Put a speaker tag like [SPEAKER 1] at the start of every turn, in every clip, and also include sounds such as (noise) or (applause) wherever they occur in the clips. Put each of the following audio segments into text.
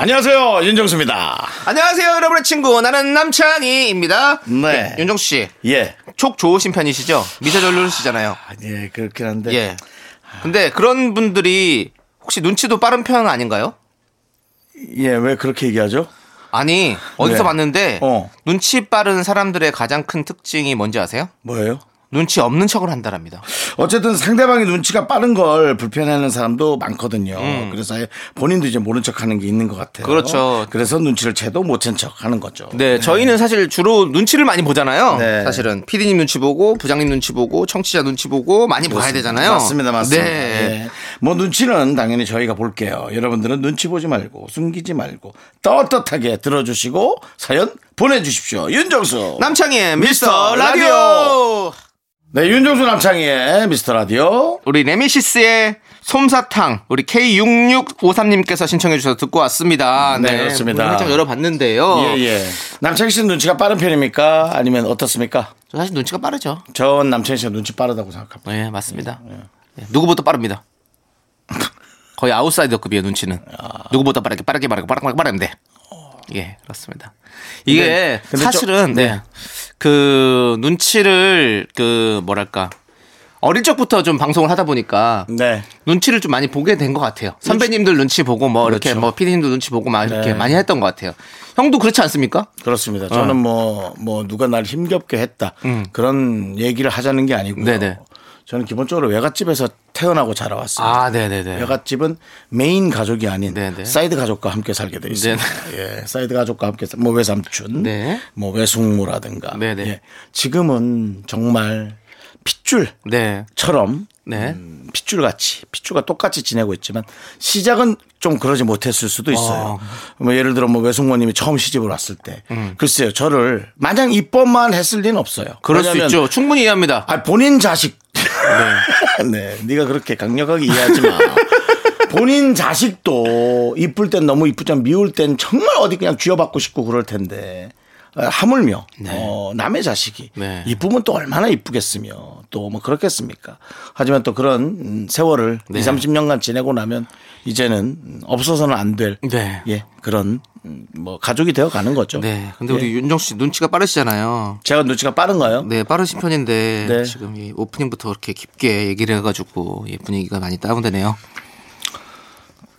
[SPEAKER 1] 안녕하세요 윤정수입니다.
[SPEAKER 2] 안녕하세요, 여러분의 친구. 나는 남창희입니다.
[SPEAKER 1] 네.
[SPEAKER 2] 윤정수 씨,
[SPEAKER 1] 예,
[SPEAKER 2] 촉 좋으신 편이시죠? 미세 전류시잖아요.
[SPEAKER 1] 아, 예 그렇긴 한데
[SPEAKER 2] 예. 근데 그런 분들이 혹시 눈치도 빠른 편 아닌가요?
[SPEAKER 1] 예왜 그렇게 얘기하죠?
[SPEAKER 2] 아니, 어디서
[SPEAKER 1] 네.
[SPEAKER 2] 봤는데,
[SPEAKER 1] 어.
[SPEAKER 2] 눈치 빠른 사람들의 가장 큰 특징이 뭔지 아세요?
[SPEAKER 1] 뭐예요?
[SPEAKER 2] 눈치 없는 척을 한다랍니다.
[SPEAKER 1] 어쨌든 상대방의 눈치가 빠른 걸 불편해하는 사람도 많거든요. 그래서 아예 본인도 이제 모른 척하는 게 있는 것 같아요.
[SPEAKER 2] 그렇죠.
[SPEAKER 1] 음. 그래서 눈치를 채도 못 챈 척하는 거죠.
[SPEAKER 2] 네, 저희는 사실 주로 눈치를 많이 보잖아요.
[SPEAKER 1] 네.
[SPEAKER 2] 사실은 피디님 눈치 보고 부장님 눈치 보고 청취자 눈치 보고 많이 봐야 되잖아요.
[SPEAKER 1] 맞습니다, 맞습니다.
[SPEAKER 2] 네.
[SPEAKER 1] 예. 뭐 눈치는 당연히 저희가 볼게요. 여러분들은 눈치 보지 말고 숨기지 말고 떳떳하게 들어주시고 사연 보내주십시오. 윤정수.
[SPEAKER 2] 남창희의
[SPEAKER 1] 미스터
[SPEAKER 2] 미스터 라디오.
[SPEAKER 1] 라디오. 네, 윤정수 남창희의 미스터 라디오.
[SPEAKER 2] 우리 레미시스의 솜사탕 우리 K6653님께서 신청해 주셔서 듣고 왔습니다.
[SPEAKER 1] 네, 그렇습니다.
[SPEAKER 2] 문을 살짝 열어봤는데요.
[SPEAKER 1] 예, 예. 남창희 씨는 눈치가 빠른 편입니까? 아니면 어떻습니까?
[SPEAKER 2] 저 사실 눈치가 빠르죠.
[SPEAKER 1] 전 남창희 씨가 눈치 빠르다고 생각합니다.
[SPEAKER 2] 네, 맞습니다. 예, 누구보다 빠릅니다. 거의 아웃사이더급이에요 눈치는. 누구보다 빠르게 빠르게 빠르게 빠르게 빠르면 돼. 예, 그렇습니다. 이게
[SPEAKER 1] 근데 좀-
[SPEAKER 2] 사실은 네. 그 눈치를 그 뭐랄까 어릴 적부터 좀 방송을 하다 보니까
[SPEAKER 1] 네.
[SPEAKER 2] 눈치를 좀 많이 보게 된 것 같아요. 선배님들 눈치 보고 뭐 이렇게 뭐 피디님도 눈치 보고 막 이렇게
[SPEAKER 1] 네.
[SPEAKER 2] 많이 했던 것 같아요. 형도 그렇지 않습니까?
[SPEAKER 1] 그렇습니다.
[SPEAKER 2] 어.
[SPEAKER 1] 저는 뭐, 뭐, 누가 날 힘겹게 했다. 그런 얘기를 하자는 게 아니고요.
[SPEAKER 2] 음. 네네.
[SPEAKER 1] 저는 기본적으로 외갓집에서 태어나고 자라왔어요.
[SPEAKER 2] 아, 네네네.
[SPEAKER 1] 여갓집은 메인 가족이 아닌
[SPEAKER 2] 네네.
[SPEAKER 1] 사이드 가족과 함께 살게 돼 있습니다. 예, 사이드 가족과 함께 사- 뭐 외삼촌,
[SPEAKER 2] 네.
[SPEAKER 1] 뭐 외숙모라든가.
[SPEAKER 2] 네네.
[SPEAKER 1] 예, 지금은 정말 핏줄처럼
[SPEAKER 2] 네. 네.
[SPEAKER 1] 음, 핏줄 같이 핏줄과 똑같이 지내고 있지만 시작은 좀 그러지 못했을 수도 있어요.
[SPEAKER 2] 아.
[SPEAKER 1] 뭐 예를 들어 뭐 외숙모님이 처음 시집을 왔을 때 글쎄요 저를 마냥 입법만 했을 리는 없어요.
[SPEAKER 2] 음. 그럴 수
[SPEAKER 1] 왜냐면
[SPEAKER 2] 있죠. 충분히 이해합니다.
[SPEAKER 1] 아 본인 자식. (laughs) 네. 네. 가 그렇게 강력하게 이해하지 마. 본인 자식도 이쁠 땐 너무 이쁘지만 미울 땐 정말 어디 그냥 쥐어박고 싶고 그럴 텐데 아, 하물며 어, 남의 자식이
[SPEAKER 2] 네.
[SPEAKER 1] 이쁘면 또 얼마나 이쁘겠으며 또 뭐 그렇겠습니까? 하지만 또 그런 음, 세월을
[SPEAKER 2] 네.
[SPEAKER 1] 이 2, 30년간 지내고 나면 이제는 음, 없어서는 안 될
[SPEAKER 2] 네.
[SPEAKER 1] 예, 그런 음, 뭐 가족이 되어 가는 거죠.
[SPEAKER 2] 네. 근데
[SPEAKER 1] 예.
[SPEAKER 2] 우리 윤정 씨 눈치가 빠르시잖아요.
[SPEAKER 1] 제가 눈치가 빠른가요?
[SPEAKER 2] 네, 빠르신 편인데
[SPEAKER 1] 네.
[SPEAKER 2] 지금 이 오프닝부터 이렇게 깊게 얘기를 해가지고 예, 분위기가 많이 다운되네요.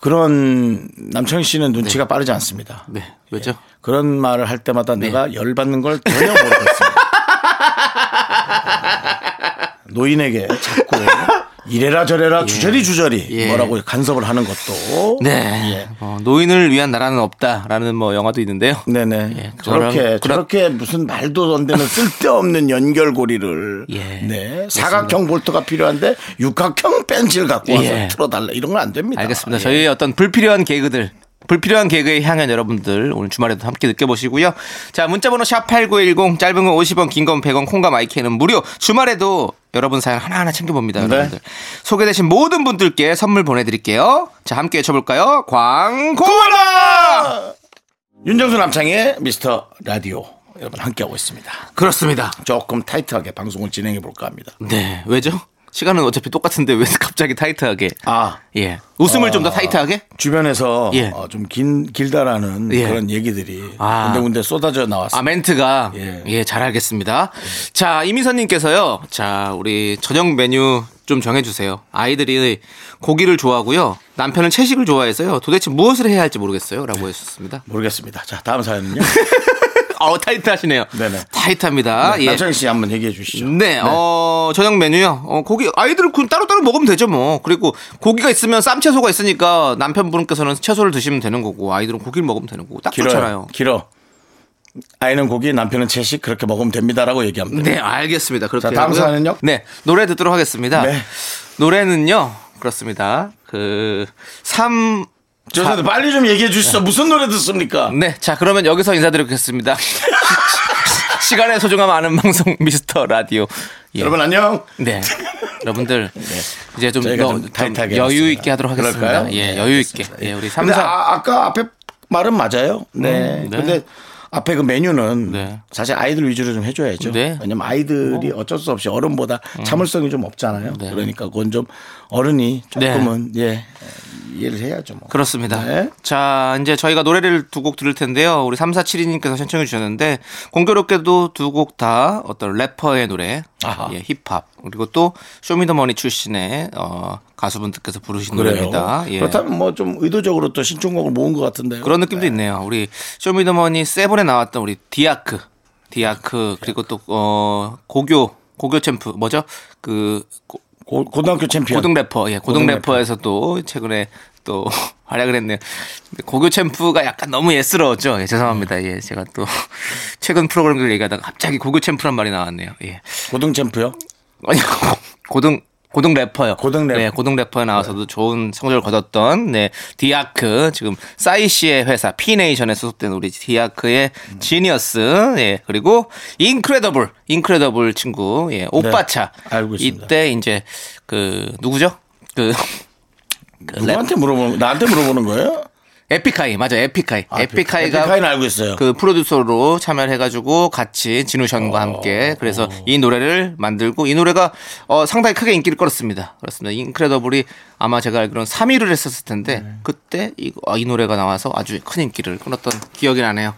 [SPEAKER 1] 그런 남창희 씨는 눈치가 빠르지 않습니다.
[SPEAKER 2] 네, 왜죠?
[SPEAKER 1] 그런 말을 할 때마다 내가 열받는 걸 전혀
[SPEAKER 2] (laughs)
[SPEAKER 1] 모르겠습니다. 노인에게 자꾸
[SPEAKER 2] (laughs)
[SPEAKER 1] 이래라 저래라 주저리 주저리
[SPEAKER 2] 예.
[SPEAKER 1] 뭐라고 간섭을 하는 것도
[SPEAKER 2] 네,
[SPEAKER 1] 예.
[SPEAKER 2] 어, 노인을 위한 나라는 없다라는 뭐 영화도 있는데요.
[SPEAKER 1] 네네
[SPEAKER 2] 예, 그거랑
[SPEAKER 1] 저렇게
[SPEAKER 2] 그런-
[SPEAKER 1] 저렇게 무슨 말도 안 되는 쓸데없는 연결고리를
[SPEAKER 2] 예.
[SPEAKER 1] 네 사각형 볼트가 필요한데 육각형 벤치를 갖고 와서
[SPEAKER 2] 예.
[SPEAKER 1] 틀어달라 이런 건 안 됩니다.
[SPEAKER 2] 알겠습니다.
[SPEAKER 1] 예.
[SPEAKER 2] 저희의 어떤 불필요한 개그들. 불필요한 개그의 향연 여러분들 오늘 주말에도 함께 느껴보시고요. 자 문자번호 샵 8910 짧은 건 50원 긴 건 100원 콩과 마이크는 무료 주말에도 여러분 사연 하나하나 챙겨봅니다.
[SPEAKER 1] 네.
[SPEAKER 2] 여러분들 소개되신 모든 분들께 선물 보내드릴게요. 자 함께 외쳐볼까요? 광고라
[SPEAKER 1] 예. 윤정수 남창의 미스터 라디오 여러분 함께하고 있습니다.
[SPEAKER 2] 그렇습니다.
[SPEAKER 1] 조금 타이트하게 방송을 진행해 볼까 합니다.
[SPEAKER 2] 네 왜죠? 시간은 어차피 똑같은데 왜 (laughs) 갑자기 타이트하게
[SPEAKER 1] 아
[SPEAKER 2] 예 웃음을 좀 더 타이트하게
[SPEAKER 1] 주변에서
[SPEAKER 2] 예.
[SPEAKER 1] 어, 좀긴 길다라는
[SPEAKER 2] 예.
[SPEAKER 1] 그런 얘기들이
[SPEAKER 2] 아.
[SPEAKER 1] 군데군데 쏟아져 나왔어요.
[SPEAKER 2] 아, 멘트가. 예.
[SPEAKER 1] 예.
[SPEAKER 2] 잘 알겠습니다. 자, 이미선님께서요. 다 자, 우리 저녁 메뉴 좀 정해주세요. 아이들이 고기를 좋아하고요. 남편은 채식을 좋아해서요. 도대체 무엇을 해야 할지 모르겠어요. 라고 해주셨습니다.
[SPEAKER 1] 모르겠습니다. 자 다음 사연은요.
[SPEAKER 2] (laughs) 어, 타이트하시네요.
[SPEAKER 1] 네네.
[SPEAKER 2] 타이트합니다. 예.
[SPEAKER 1] 남창희 씨 한번 얘기해 주시죠.
[SPEAKER 2] 네, 어, 저녁 메뉴요. 어, 고기, 아이들은 그냥 따로따로 먹으면 되죠, 뭐. 그리고 고기가 있으면 쌈채소가 있으니까 남편분께서는 채소를 드시면 되는 거고, 아이들은 고기를 먹으면 되는 거고. 딱 좋잖아요.
[SPEAKER 1] 길어요. 길어. 아이는 고기, 남편은 채식 그렇게 먹으면 됩니다라고 얘기합니다.
[SPEAKER 2] 네, 알겠습니다. 그렇게
[SPEAKER 1] 자, 다음
[SPEAKER 2] 하고요.
[SPEAKER 1] 사연은요?
[SPEAKER 2] 네, 노래 듣도록 하겠습니다.
[SPEAKER 1] 네.
[SPEAKER 2] 노래는요, 그렇습니다. 그, 3,
[SPEAKER 1] 죄송한데 빨리 좀 얘기해 주시죠. 무슨 노래 듣습니까?
[SPEAKER 2] 네, 자 그러면 여기서 인사드리겠습니다. (laughs) 시간의 소중함 아는 방송 미스터 라디오. 예.
[SPEAKER 1] 여러분 안녕.
[SPEAKER 2] 네, 여러분들 이제 좀,
[SPEAKER 1] 네. 저희가
[SPEAKER 2] 여,
[SPEAKER 1] 좀 타이트하게
[SPEAKER 2] 유
[SPEAKER 1] 하겠습니다.
[SPEAKER 2] 있게 하도록 하겠습니다.
[SPEAKER 1] 그럴까요?
[SPEAKER 2] 예,
[SPEAKER 1] 네,
[SPEAKER 2] 여유 있게. 예,
[SPEAKER 1] 근데
[SPEAKER 2] 우리 삼사
[SPEAKER 1] 아, 아까 앞에 말은 맞아요. 네.
[SPEAKER 2] 음, 네.
[SPEAKER 1] 근데 앞에 그 메뉴는
[SPEAKER 2] 네.
[SPEAKER 1] 사실 아이들 위주로 좀 해줘야죠.
[SPEAKER 2] 네. 음.
[SPEAKER 1] 왜냐면 아이들이 어쩔 수 없이 어른보다 참을성이 좀 없잖아요.
[SPEAKER 2] 네.
[SPEAKER 1] 그러니까 그건 좀 어른이 조금은 예 이해를 해야죠. 뭐.
[SPEAKER 2] 그렇습니다.
[SPEAKER 1] 네.
[SPEAKER 2] 자, 이제 저희가 노래를 두 곡 들을 텐데요. 우리 3472님께서 신청해 주셨는데, 공교롭게도 두 곡 다 어떤 래퍼의 노래,
[SPEAKER 1] 아하.
[SPEAKER 2] 예, 힙합, 그리고 또 쇼미더머니 출신의 어, 가수분들께서 부르신 노래입니다. 예.
[SPEAKER 1] 그렇다면 뭐 좀 의도적으로 또 신청곡을 모은 것 같은데요.
[SPEAKER 2] 그런 느낌도 있네요. 우리 쇼미더머니 세븐에 나왔던 우리 디아크, 디아크, 그리고 또, 어, 고교, 고교 챔프, 뭐죠? 그, 고-
[SPEAKER 1] 고, 고등학교 챔피언.
[SPEAKER 2] 고등 래퍼, 예, 고등,
[SPEAKER 1] 고등
[SPEAKER 2] 래퍼에서 또 최근에 또 (laughs) 활약을 했네요. 근데 고교 챔프가 약간 너무 예스러웠죠. 예, 죄송합니다. 예, 제가 또 (laughs) 최근 프로그램들 얘기하다가 갑자기 고교 챔프란 말이 나왔네요. 예.
[SPEAKER 1] 고등 챔프요?
[SPEAKER 2] 아니, (laughs) 고등 고등 래퍼요.
[SPEAKER 1] 고등 래퍼.
[SPEAKER 2] 네, 고등 래퍼에 나와서도 좋은 성적을 거뒀던 네 디아크 지금 싸이 씨의 회사 피네이션에 소속된 우리 디아크의
[SPEAKER 1] 음.
[SPEAKER 2] 지니어스 예 그리고 인크레더블 인크레더블 친구 예 오빠차
[SPEAKER 1] 네, 알고 있습니다.
[SPEAKER 2] 이때 이제 그 누구죠 그, (laughs) 그 랩-
[SPEAKER 1] 누구한테 물어보는 나한테 물어보는 거예요?
[SPEAKER 2] 에픽하이 맞아 에픽하이
[SPEAKER 1] 아,
[SPEAKER 2] 에픽하이가
[SPEAKER 1] 에픽하이는 알고 있어요.
[SPEAKER 2] 그 프로듀서로 참여를 해가지고 같이
[SPEAKER 1] 어.
[SPEAKER 2] 진우션과 함께 그래서 이 노래를 만들고 이 노래가 어, 상당히 크게 인기를 끌었습니다. 그렇습니다. 인크레더블이 아마 제가 알기로는 3위를 했었을 텐데
[SPEAKER 1] 네.
[SPEAKER 2] 그때 이, 아, 이 노래가 나와서 아주 큰 인기를 끌었던 기억이 나네요.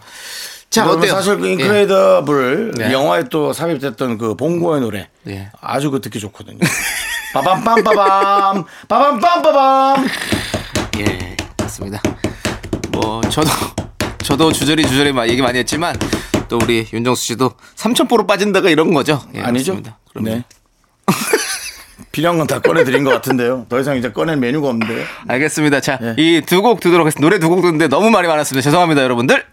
[SPEAKER 2] 자
[SPEAKER 1] 그러면
[SPEAKER 2] 어때요?
[SPEAKER 1] 사실 그
[SPEAKER 2] 예.
[SPEAKER 1] 인크레더블
[SPEAKER 2] 네.
[SPEAKER 1] 영화에 또 삽입됐던 그 봉고의 노래
[SPEAKER 2] 예.
[SPEAKER 1] 아주 그 듣기 좋거든요. 빠밤빰빠밤 빠밤빰빠밤
[SPEAKER 2] 예, 맞습니다. 뭐 저도 (laughs) 저도 주저리 주저리 막 얘기 많이 했지만 또 우리 윤정수 씨도 삼천포로 빠진다가 이런 거죠? 예,
[SPEAKER 1] 아니죠?
[SPEAKER 2] 맞습니다. 그럼요.
[SPEAKER 1] 네. (laughs) 필요한 건 다 꺼내드린 것 같은데요. 더 이상 이제 꺼낼 메뉴가 없는데요.
[SPEAKER 2] 알겠습니다. 자,
[SPEAKER 1] 예.
[SPEAKER 2] 이 두 곡 듣도록 하겠습니다. 노래 두 곡 듣는데 너무 말이 많았습니다. 죄송합니다, 여러분들.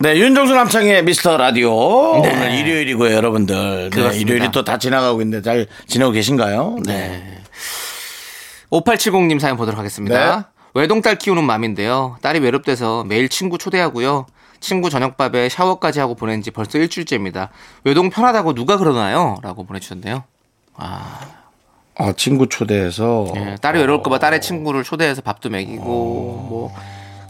[SPEAKER 1] 네, 윤정수 남창의 미스터 라디오 오늘 일요일이고요, 여러분들. 네,
[SPEAKER 2] 네. 그렇습니다.
[SPEAKER 1] 일요일이 또 다 지나가고 있는데 잘 지내고 계신가요? 네.
[SPEAKER 2] 5870님 사연 보도록 하겠습니다.
[SPEAKER 1] 네.
[SPEAKER 2] 외동딸 키우는 맘인데요. 딸이 외롭대서 매일 친구 초대하고요. 친구 저녁밥에 샤워까지 하고 보낸 지 벌써 일주일째입니다. 외동 편하다고 누가 그러나요? 라고 보내주셨네요.
[SPEAKER 1] 아, 친구 초대해서
[SPEAKER 2] 예, 딸이 외로울까봐 딸의 친구를 초대해서 밥도 먹이고, 뭐,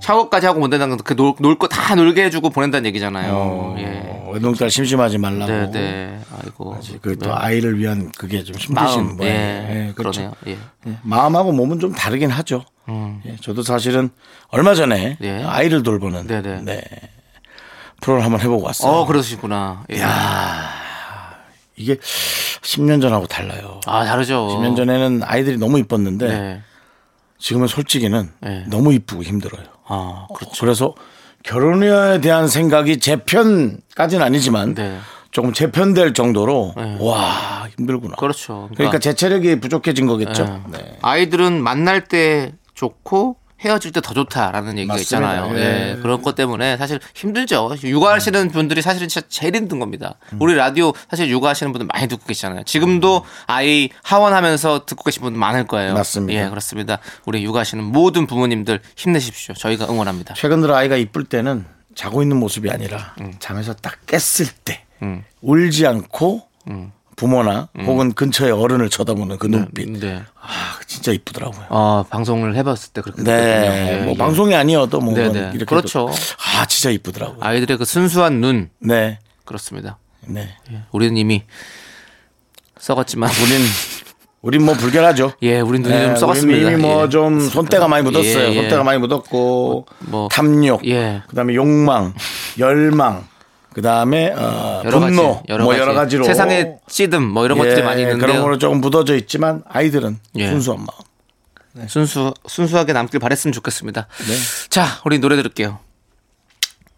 [SPEAKER 2] 샤워까지 하고 보낸다는 건 그 놀 거 다 놀게 해주고 보낸다는 얘기잖아요. 예.
[SPEAKER 1] 어, 외동딸 심심하지 말라고.
[SPEAKER 2] 네, 네. 아이고.
[SPEAKER 1] 그 또 아이를 위한 그게 좀 힘드신
[SPEAKER 2] 네. 마음.
[SPEAKER 1] 모양이에요.
[SPEAKER 2] 예.
[SPEAKER 1] 예, 그렇죠.
[SPEAKER 2] 그러네요. 예.
[SPEAKER 1] 예, 마음하고 몸은 좀 다르긴 하죠. 예, 저도 사실은 얼마 전에
[SPEAKER 2] 예.
[SPEAKER 1] 아이를 돌보는
[SPEAKER 2] 네네.
[SPEAKER 1] 네, 프로를 한번 해보고 왔어요.
[SPEAKER 2] 어, 그러시구나. 예.
[SPEAKER 1] 이게 10년 전하고 달라요.
[SPEAKER 2] 아 다르죠.
[SPEAKER 1] 10년 전에는 아이들이 너무 이뻤는데
[SPEAKER 2] 네.
[SPEAKER 1] 지금은 솔직히는
[SPEAKER 2] 네.
[SPEAKER 1] 너무 이쁘고 힘들어요.
[SPEAKER 2] 아
[SPEAKER 1] 그래서 결혼에 대한 생각이 제 편까지는 아니지만
[SPEAKER 2] 네.
[SPEAKER 1] 조금 재편될 정도로
[SPEAKER 2] 네.
[SPEAKER 1] 와 힘들구나.
[SPEAKER 2] 그렇죠.
[SPEAKER 1] 그러니까 제 체력이 부족해진 거겠죠.
[SPEAKER 2] 예.
[SPEAKER 1] 네.
[SPEAKER 2] 아이들은 만날 때 좋고 헤어질 때 더 좋다라는 얘기가
[SPEAKER 1] 맞습니다.
[SPEAKER 2] 있잖아요.
[SPEAKER 1] 예.
[SPEAKER 2] 예, 그런 것 때문에 사실 힘들죠. 육아하시는 분들이 사실은 진짜 제일 힘든 겁니다.
[SPEAKER 1] 음.
[SPEAKER 2] 우리 라디오 사실 육아하시는 분들 많이 듣고 계시잖아요. 지금도 아이 하원하면서 듣고 계신 분들 많을 거예요.
[SPEAKER 1] 맞습니다.
[SPEAKER 2] 예, 그렇습니다. 우리 육아하시는 모든 부모님들 힘내십시오. 저희가 응원합니다.
[SPEAKER 1] 최근 들어 아이가 이쁠 때는 자고 있는 모습이 아니라
[SPEAKER 2] 음.
[SPEAKER 1] 잠에서 딱 깼을 때 울지 않고 부모나 혹은 근처의 어른을 쳐다보는 그 눈빛.
[SPEAKER 2] 음. 네.
[SPEAKER 1] 아 진짜 이쁘더라고요.
[SPEAKER 2] 어, 방송을 해봤을 때 그렇게
[SPEAKER 1] 네,
[SPEAKER 2] 느꼈군요. 예,
[SPEAKER 1] 뭐
[SPEAKER 2] 예.
[SPEAKER 1] 방송이 아니어도 뭐
[SPEAKER 2] 네,
[SPEAKER 1] 그건
[SPEAKER 2] 네.
[SPEAKER 1] 이렇게
[SPEAKER 2] 그렇죠.
[SPEAKER 1] 아 진짜 이쁘더라고요.
[SPEAKER 2] 아이들의 그 순수한 눈
[SPEAKER 1] 네,
[SPEAKER 2] 그렇습니다.
[SPEAKER 1] 네.
[SPEAKER 2] 우리는 이미 썩었지만
[SPEAKER 1] 우린 우린 뭐 불결하죠.
[SPEAKER 2] 예, 우린 눈이
[SPEAKER 1] 네,
[SPEAKER 2] 좀
[SPEAKER 1] 우린
[SPEAKER 2] 썩었습니다.
[SPEAKER 1] 이미 뭐
[SPEAKER 2] 예.
[SPEAKER 1] 좀 손때가 많이 묻었어요.
[SPEAKER 2] 예, 예.
[SPEAKER 1] 손때가 많이 묻었고
[SPEAKER 2] 뭐,
[SPEAKER 1] 탐욕,
[SPEAKER 2] 예.
[SPEAKER 1] 그다음에 욕망, 열망, 그다음에 어,
[SPEAKER 2] 여러 가지,
[SPEAKER 1] 분노, 뭐 여러 가지로 예,
[SPEAKER 2] 세상에 찌든 뭐 이런 것들이 많이 있는데요.
[SPEAKER 1] 그런 거로 조금 묻어져 있지만 아이들은
[SPEAKER 2] 예.
[SPEAKER 1] 순수한 마음.
[SPEAKER 2] 순수 순수하게 남길 바랬으면 좋겠습니다.
[SPEAKER 1] 네.
[SPEAKER 2] 자, 우리 노래 들을게요.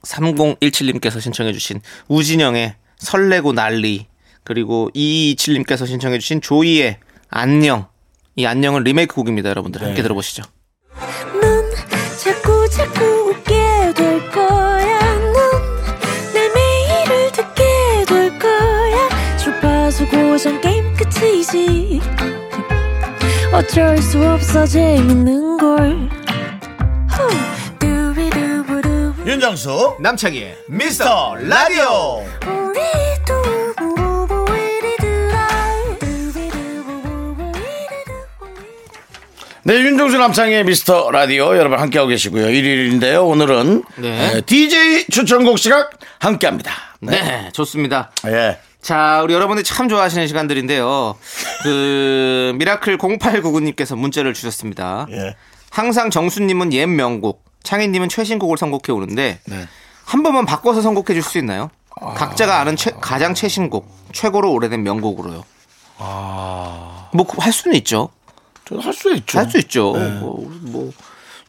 [SPEAKER 2] 3017님께서 신청해주신 우진영의 설레고 난리 그리고 227님께서 신청해주신 조이의 안녕 이 안녕은 리메이크 곡입니다, 여러분들
[SPEAKER 1] 네.
[SPEAKER 2] 함께 들어보시죠.
[SPEAKER 3] 넌 자꾸 자꾸 웃게 될 거야. 넌내 매일을 듣게 될 거야. 주파수 고정 게임 끝이지. 어쩔 수 없어 재밌는 걸. 후.
[SPEAKER 4] 윤정수
[SPEAKER 2] 남창희의
[SPEAKER 4] 미스터 라디오
[SPEAKER 1] 네, 윤종수 남창의 미스터 라디오 여러분 함께하고 계시고요. 일요일인데요. 오늘은
[SPEAKER 2] 네.
[SPEAKER 1] 네, DJ 추천곡 시각 함께합니다.
[SPEAKER 2] 네, 좋습니다.
[SPEAKER 1] 예.
[SPEAKER 2] 자, 우리 여러분들이 참 좋아하시는 시간들인데요. 그 (laughs) 미라클 0899님께서 문자를 주셨습니다.
[SPEAKER 1] 예.
[SPEAKER 2] 항상 정수님은 옛 명곡, 창희님은 최신곡을 선곡해 오는데 한 번만 바꿔서 선곡해 줄 수 있나요? 각자가 아는 최- 가장 최신곡, 최고로 오래된 명곡으로요. 뭐 할 수는 있죠.
[SPEAKER 1] 할 수 있죠. 네.
[SPEAKER 2] 할 수 있죠. 뭐, 뭐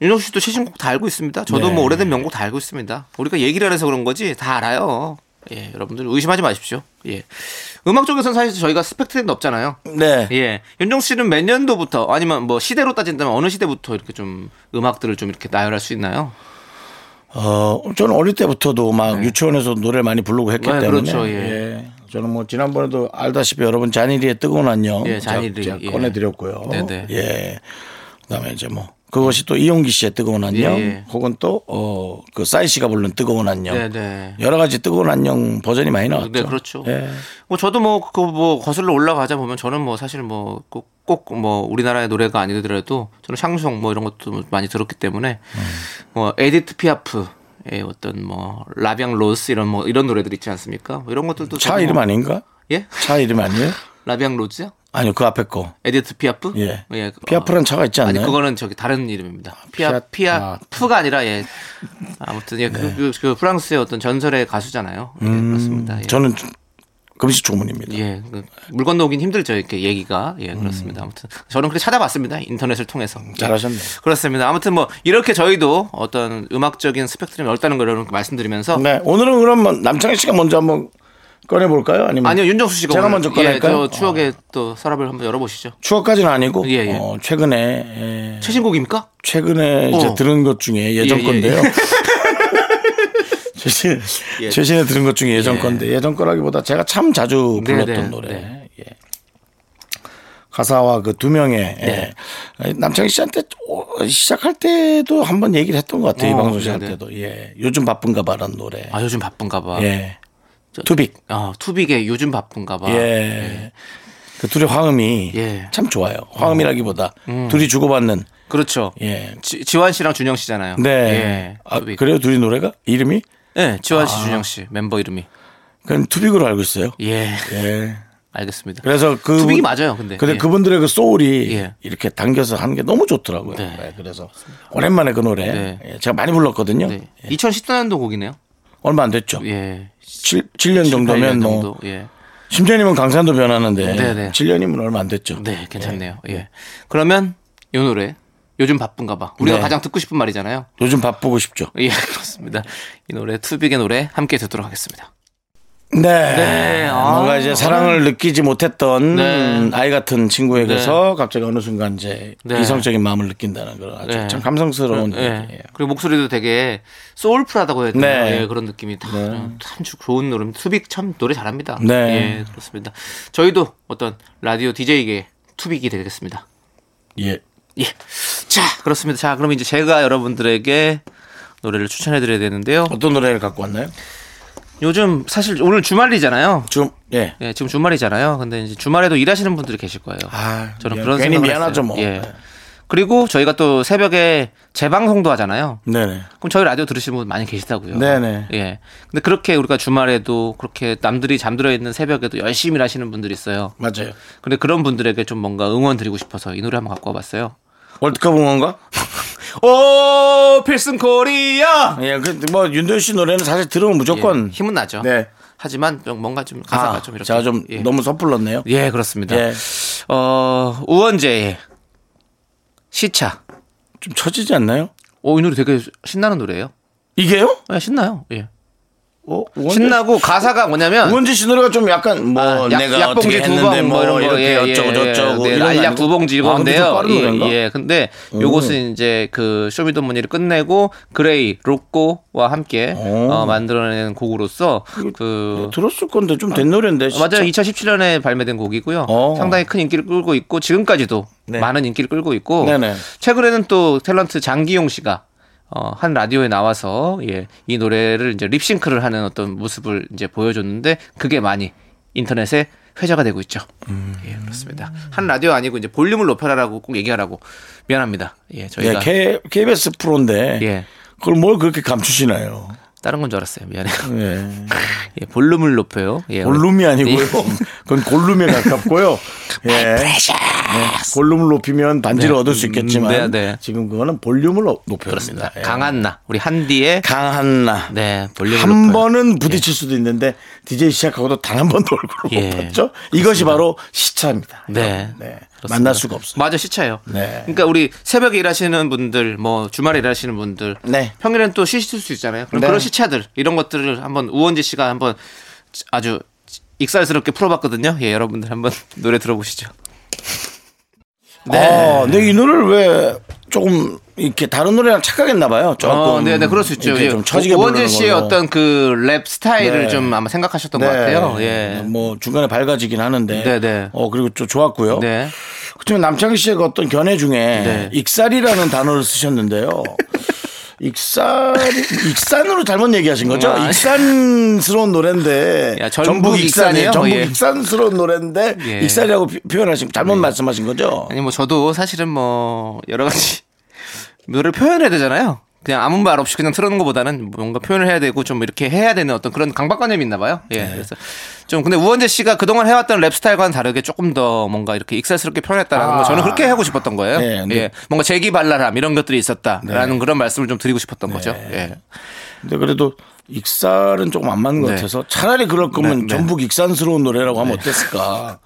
[SPEAKER 2] 윤정 씨도 최신곡 다 알고 있습니다. 저도
[SPEAKER 1] 네.
[SPEAKER 2] 뭐 오래된 명곡 다 알고 있습니다. 우리가 얘기를 안 해서 그런 거지 다 알아요. 예, 여러분들 의심하지 마십시오. 예, 음악 쪽에서는 사실 저희가 스펙트럼도 없잖아요.
[SPEAKER 1] 네.
[SPEAKER 2] 예, 윤정 씨는 몇 년도부터 아니면 뭐 시대로 따진다면 어느 시대부터 이렇게 좀 음악들을 좀 이렇게 나열할 수 있나요?
[SPEAKER 1] 어, 저는 어릴 때부터도 막 유치원에서 노래를 많이 부르고 했기
[SPEAKER 2] 네,
[SPEAKER 1] 때문에.
[SPEAKER 2] 그렇죠, 예.
[SPEAKER 1] 저는 뭐 지난번에도 알다시피 여러분 잔일이의 뜨거운 안녕.
[SPEAKER 2] 예, 잔일이,
[SPEAKER 1] 제가, 제가
[SPEAKER 2] 예.
[SPEAKER 1] 꺼내드렸고요.
[SPEAKER 2] 네네.
[SPEAKER 1] 예. 그다음에 이제 뭐 그것이 또 이용기 씨의 뜨거운 안녕,
[SPEAKER 2] 예, 예.
[SPEAKER 1] 혹은 또어그 싸이 씨가 부른 뜨거운 안녕.
[SPEAKER 2] 네, 네.
[SPEAKER 1] 여러 가지 뜨거운 안녕 버전이 많이 나왔죠.
[SPEAKER 2] 네, 그렇죠.
[SPEAKER 1] 예.
[SPEAKER 2] 뭐 저도 뭐 그 뭐 거슬러 올라가자 보면 저는 뭐 사실 뭐 꼭 꼭 뭐 우리나라의 노래가 아니더라도 저는 샹송 뭐 이런 것도 많이 들었기 때문에 뭐 에디트 피아프의 어떤 뭐 라비앙 로즈 이런 뭐 이런 노래들 있지 않습니까? 뭐 이런 것들도
[SPEAKER 1] 차
[SPEAKER 2] 저도
[SPEAKER 1] 이름
[SPEAKER 2] 뭐-
[SPEAKER 1] 아닌가?
[SPEAKER 2] 예?
[SPEAKER 1] 차 이름 아니에요?
[SPEAKER 2] 라비앙 로즈요?
[SPEAKER 1] 아니요, 그 앞에 거.
[SPEAKER 2] 에디트 피아프?
[SPEAKER 1] 예.
[SPEAKER 2] 예.
[SPEAKER 1] 피아프라는 차가 있지
[SPEAKER 2] 아니
[SPEAKER 1] 않나요?
[SPEAKER 2] 그거는 저기 다른 이름입니다. 피아
[SPEAKER 1] 피아- 네.
[SPEAKER 2] 피아 푸가 아니라 예 아무튼 예그 그, 그 프랑스의 어떤 전설의 가수잖아요. 예,
[SPEAKER 1] 음,
[SPEAKER 2] 그렇습니다. 예.
[SPEAKER 1] 저는 금식 조문입니다.
[SPEAKER 2] 예, 그 물건 놓긴 힘들죠 이렇게 얘기가 예 그렇습니다. 아무튼 저는 그래 찾아봤습니다 인터넷을 통해서
[SPEAKER 1] 음. 잘하셨네.
[SPEAKER 2] 예, 그렇습니다. 아무튼 뭐 이렇게 저희도 어떤 음악적인 스펙트럼이 넓다는 걸 여러분께 말씀드리면서
[SPEAKER 1] 네, 오늘은 그러면 남창희 씨가 먼저 한번 꺼내 볼까요? 아니면
[SPEAKER 2] 아니요 윤정수 씨가
[SPEAKER 1] 제가
[SPEAKER 2] 오늘,
[SPEAKER 1] 먼저
[SPEAKER 2] 예,
[SPEAKER 1] 꺼낼까요? 네.
[SPEAKER 2] 저 추억의 또 서랍을 한번 열어보시죠.
[SPEAKER 1] 추억까지는 아니고
[SPEAKER 2] 예, 예.
[SPEAKER 1] 어, 최근에 예,
[SPEAKER 2] 최신곡입니까?
[SPEAKER 1] 최근에 이제
[SPEAKER 2] 어.
[SPEAKER 1] 들은 것 중에 예전
[SPEAKER 2] 예, 예,
[SPEAKER 1] 건데요. (laughs) 최신
[SPEAKER 2] 예.
[SPEAKER 1] 최신에 들은 것 중에 예전
[SPEAKER 2] 예.
[SPEAKER 1] 건데 예전 거라기보다 제가 참 자주
[SPEAKER 2] 네,
[SPEAKER 1] 불렀던
[SPEAKER 2] 네,
[SPEAKER 1] 노래.
[SPEAKER 2] 네.
[SPEAKER 1] 예. 가사와 그 두 명의
[SPEAKER 2] 네.
[SPEAKER 1] 예. 남창희 씨한테 오- 시작할 때도 한번 얘기를 했던 것 같아요. 이
[SPEAKER 2] 어,
[SPEAKER 1] 방송 시작할
[SPEAKER 2] 네, 네.
[SPEAKER 1] 때도. 예. 요즘 바쁜가 봐라는 노래.
[SPEAKER 2] 아 요즘 바쁜가봐.
[SPEAKER 1] 네. 예. 투빅.
[SPEAKER 2] 아 투빅의 요즘 바쁜가봐.
[SPEAKER 1] 예. 그 둘의 화음이
[SPEAKER 2] 예. 어.
[SPEAKER 1] 참 좋아요. 화음이라기보다 둘이 주고받는
[SPEAKER 2] 그렇죠.
[SPEAKER 1] 예.
[SPEAKER 2] 지, 지환 씨랑 준영 씨잖아요.
[SPEAKER 1] 네.
[SPEAKER 2] 예.
[SPEAKER 1] 아,
[SPEAKER 2] 투빅.
[SPEAKER 1] 그래요? 아. 둘이 노래가 이름이?
[SPEAKER 2] 예, 지환 씨, 준영 씨 멤버 이름이.
[SPEAKER 1] 그건 투빅으로 알고 있어요.
[SPEAKER 2] 예.
[SPEAKER 1] 예.
[SPEAKER 2] 알겠습니다.
[SPEAKER 1] 그래서 그
[SPEAKER 2] 투빅이 맞아요, 근데. 예.
[SPEAKER 1] 그분들의 그 소울이
[SPEAKER 2] 예.
[SPEAKER 1] 이렇게 당겨서 하는 게 너무 좋더라고요.
[SPEAKER 2] 네.
[SPEAKER 1] 예, 그래서 오랜만에 그 노래
[SPEAKER 2] 네.
[SPEAKER 1] 예, 제가 많이 불렀거든요.
[SPEAKER 2] 네. 2014년도 곡이네요.
[SPEAKER 1] 얼마 안 됐죠.
[SPEAKER 2] 예.
[SPEAKER 1] 칠 7, 년 정도면
[SPEAKER 2] 팔년
[SPEAKER 1] 뭐
[SPEAKER 2] 정도. 예.
[SPEAKER 1] 심지어님은 강산도 변하는데
[SPEAKER 2] 네, 네.
[SPEAKER 1] 7년이면 얼마 안 됐죠.
[SPEAKER 2] 네, 괜찮네요. 예. 그러면 이 노래 요즘 바쁜가 봐. 우리가
[SPEAKER 1] 네.
[SPEAKER 2] 가장 듣고 싶은 말이잖아요.
[SPEAKER 1] 요즘 바쁘고 싶죠.
[SPEAKER 2] 예, (laughs) 그렇습니다. 이 노래 투빅의 노래 함께 듣도록 하겠습니다.
[SPEAKER 1] 네.
[SPEAKER 2] 아,
[SPEAKER 1] 뭔가 이제 사랑을 느끼지 못했던
[SPEAKER 2] 네.
[SPEAKER 1] 아이 같은 친구에게서 갑자기 어느 순간 이제
[SPEAKER 2] 네.
[SPEAKER 1] 이성적인 마음을 느낀다는 그런 아주
[SPEAKER 2] 네.
[SPEAKER 1] 참 감성스러운
[SPEAKER 2] 예.
[SPEAKER 1] 얘기예요.
[SPEAKER 2] 그리고 목소리도 되게 소울풀하다고 해야 되나
[SPEAKER 1] 네.
[SPEAKER 2] 예, 그런 느낌이 다, 참 좋은 노래. 투빅 참 노래 잘합니다.
[SPEAKER 1] 네.
[SPEAKER 2] 예, 그렇습니다. 저희도 어떤 라디오 DJ에게 투빅이 되겠습니다.
[SPEAKER 1] 예.
[SPEAKER 2] 예. 자, 그렇습니다. 자, 그럼 이제 제가 여러분들에게 노래를 추천해 드려야 되는데요.
[SPEAKER 1] 어떤 노래를 갖고 왔나요?
[SPEAKER 2] 요즘 사실 오늘 주말이잖아요.
[SPEAKER 1] 좀 예.
[SPEAKER 2] 예, 지금 주말이잖아요. 근데 이제 주말에도 일하시는 분들이 계실 거예요.
[SPEAKER 1] 아,
[SPEAKER 2] 저는
[SPEAKER 1] 미안-
[SPEAKER 2] 그런
[SPEAKER 1] 괜히
[SPEAKER 2] 생각을
[SPEAKER 1] 미안하죠,
[SPEAKER 2] 했어요.
[SPEAKER 1] 뭐.
[SPEAKER 2] 예. 그리고 저희가 또 새벽에 재방송도 하잖아요.
[SPEAKER 1] 네, 네.
[SPEAKER 2] 그럼 저희 라디오 들으시는 분 많이 계시다고요.
[SPEAKER 1] 네네.
[SPEAKER 2] 예. 근데 그렇게 우리가 주말에도 그렇게 남들이 잠들어 있는 새벽에도 열심히 일하시는 분들이 있어요.
[SPEAKER 1] 맞아요.
[SPEAKER 2] 근데 그런 분들에게 좀 뭔가 응원 드리고 싶어서 이 노래 한번 갖고 와봤어요.
[SPEAKER 1] 월드컵 응원가?
[SPEAKER 2] 오 필승 코리아.
[SPEAKER 1] 예. 그뭐 윤도현 씨 노래는 사실 들으면 무조건
[SPEAKER 2] 예, 힘은 나죠.
[SPEAKER 1] 네.
[SPEAKER 2] 하지만 좀 뭔가 좀 가사가
[SPEAKER 1] 아,
[SPEAKER 2] 좀 이렇게
[SPEAKER 1] 제가 좀
[SPEAKER 2] 예.
[SPEAKER 1] 너무 섣불렀네요.
[SPEAKER 2] 예 그렇습니다.
[SPEAKER 1] 예.
[SPEAKER 2] 어 우원재의 시차.
[SPEAKER 1] 좀 처지지 않나요?
[SPEAKER 2] 오이 노래 되게 신나는 노래예요.
[SPEAKER 1] 이게요?
[SPEAKER 2] 예, 신나요. 예.
[SPEAKER 1] 어, 우원재-
[SPEAKER 2] 신나고 가사가 뭐냐면
[SPEAKER 1] 우원재 씨 노래가 좀 약간 뭐
[SPEAKER 2] 아, 약-
[SPEAKER 1] 내가
[SPEAKER 2] 약봉지
[SPEAKER 1] 어떻게 했는데 뭐 이런 거
[SPEAKER 2] 예, 예,
[SPEAKER 1] 이렇게 어쩌고
[SPEAKER 2] 예,
[SPEAKER 1] 저쩌고
[SPEAKER 2] 네,
[SPEAKER 1] 이런 거
[SPEAKER 2] 알약
[SPEAKER 1] 아니고?
[SPEAKER 2] 두 봉지
[SPEAKER 1] 아, 근데 좀
[SPEAKER 2] 이건데요.
[SPEAKER 1] 빠른 노래인가?
[SPEAKER 2] 예, 예, 근데 요것은 이제 그 쇼미더머니를 끝내고 그레이 로꼬와 함께
[SPEAKER 1] 오.
[SPEAKER 2] 어, 만들어낸 곡으로서 그
[SPEAKER 1] 들었을 건데 좀 된 노래인데
[SPEAKER 2] 어,
[SPEAKER 1] 진짜.
[SPEAKER 2] 맞아요. 2017년에 발매된 곡이고요.
[SPEAKER 1] 어. 네.
[SPEAKER 2] 상당히 큰 인기를 끌고 있고 지금까지도 많은 인기를 끌고 있고
[SPEAKER 1] 네네.
[SPEAKER 2] 최근에는 또 탤런트 장기용 씨가 어, 한 라디오에 나와서 예, 이 노래를 이제 립싱크를 하는 어떤 모습을 이제 보여줬는데 그게 많이 인터넷에 회자가 되고 있죠.
[SPEAKER 1] 음.
[SPEAKER 2] 예, 그렇습니다. 한 라디오 아니고 이제 볼륨을 높여라라고 꼭 얘기하라고 미안합니다. 예,
[SPEAKER 1] 예,
[SPEAKER 2] 저희가
[SPEAKER 1] K, KBS 프로인데
[SPEAKER 2] 예.
[SPEAKER 1] 그걸 뭘 그렇게 감추시나요?
[SPEAKER 2] 다른 건 줄 알았어요. 미안해요.
[SPEAKER 1] 예.
[SPEAKER 2] 예, 볼륨을 높여요. 예,
[SPEAKER 1] 골룸이 아니고요.
[SPEAKER 2] (laughs) 예.
[SPEAKER 1] 그건 골룸에
[SPEAKER 2] (laughs)
[SPEAKER 1] 가깝고요. 예. 네, 골룸을 높이면 반지를
[SPEAKER 2] 네.
[SPEAKER 1] 얻을 수 있겠지만
[SPEAKER 2] 음, 네, 네.
[SPEAKER 1] 지금 그거는 볼륨을 높여니다 예.
[SPEAKER 2] 그렇습니다. 강한나 우리 한디의
[SPEAKER 1] 강한나.
[SPEAKER 2] 네 볼륨을
[SPEAKER 1] 한
[SPEAKER 2] 높여요. 예.
[SPEAKER 1] 번은 부딪힐 수도 있는데 DJ 시작하고도 단 한 번도 얼굴을
[SPEAKER 2] 예.
[SPEAKER 1] 못 봤죠. 이것이 바로 시차입니다.
[SPEAKER 2] 네.
[SPEAKER 1] 네.
[SPEAKER 2] 그렇습니다.
[SPEAKER 1] 만날 수가 없어요.
[SPEAKER 2] 맞아 시차예요.
[SPEAKER 1] 네.
[SPEAKER 2] 그러니까 우리 새벽에 일하시는 분들, 뭐 주말에 일하시는 분들,
[SPEAKER 1] 네.
[SPEAKER 2] 평일엔 또 쉬실 수 있잖아요. 그럼
[SPEAKER 1] 네.
[SPEAKER 2] 그런 시차들 이런 것들을 한번 우원재 씨가 한번 아주 익살스럽게 풀어봤거든요. 예, 여러분들 한번 (laughs) 노래 들어보시죠.
[SPEAKER 1] 네. 아, 근데 이 노래를 왜 조금 이렇게 다른 노래랑 착각했나 봐요. 조금.
[SPEAKER 2] 어, 네, 네, 그럴 수 있죠.
[SPEAKER 1] 이렇게
[SPEAKER 2] 예.
[SPEAKER 1] 좀 처지게
[SPEAKER 2] 우원재
[SPEAKER 1] 부르는
[SPEAKER 2] 씨의
[SPEAKER 1] 걸로.
[SPEAKER 2] 어떤 그 랩 스타일을
[SPEAKER 1] 네.
[SPEAKER 2] 좀 아마 생각하셨던 것 같아요. 예.
[SPEAKER 1] 뭐 중간에 밝아지긴 하는데.
[SPEAKER 2] 네, 네.
[SPEAKER 1] 어 그리고 좀 좋았고요.
[SPEAKER 2] 네.
[SPEAKER 1] 그렇지만 남창희 씨의 그 어떤 견해 중에
[SPEAKER 2] 네.
[SPEAKER 1] 익살이라는 단어를 쓰셨는데요.
[SPEAKER 2] (laughs)
[SPEAKER 1] 익산 익산으로 잘못 얘기하신 거죠?
[SPEAKER 2] 아, 아니.
[SPEAKER 1] 익산스러운 노래인데
[SPEAKER 2] 야, 전북 익산이에요?
[SPEAKER 1] 전북
[SPEAKER 2] 예.
[SPEAKER 1] 익산스러운 노래인데
[SPEAKER 2] 예.
[SPEAKER 1] 익산이라고 피- 표현하신 잘못 말씀하신 거죠?
[SPEAKER 2] 아니 뭐 저도 사실은 뭐 여러 가지 (laughs) 노래를 표현해야 되잖아요. 그냥 아무 말 없이 그냥 틀어놓은 것보다는 뭔가 표현을 해야 되고 좀 이렇게 해야 되는 어떤 그런 강박관념이 있나 봐요. 예.
[SPEAKER 1] 네.
[SPEAKER 2] 그래서 좀 근데 우원재 씨가 그동안 해왔던 랩 스타일과는 다르게 조금 더 뭔가 이렇게 익살스럽게 표현했다라는 거 저는 그렇게 하고 싶었던 거예요.
[SPEAKER 1] 아. 네, 근데- 네.
[SPEAKER 2] 예. 뭔가 재기발랄함 이런 것들이 있었다라는 그런 말씀을 좀 드리고 싶었던 거죠. 예.
[SPEAKER 1] 근데 그래도 익살은 조금 안 맞는 것
[SPEAKER 2] 네.
[SPEAKER 1] 같아서 차라리 그럴 거면
[SPEAKER 2] 네, 네.
[SPEAKER 1] 전북 익산스러운 노래라고 하면 어땠을까?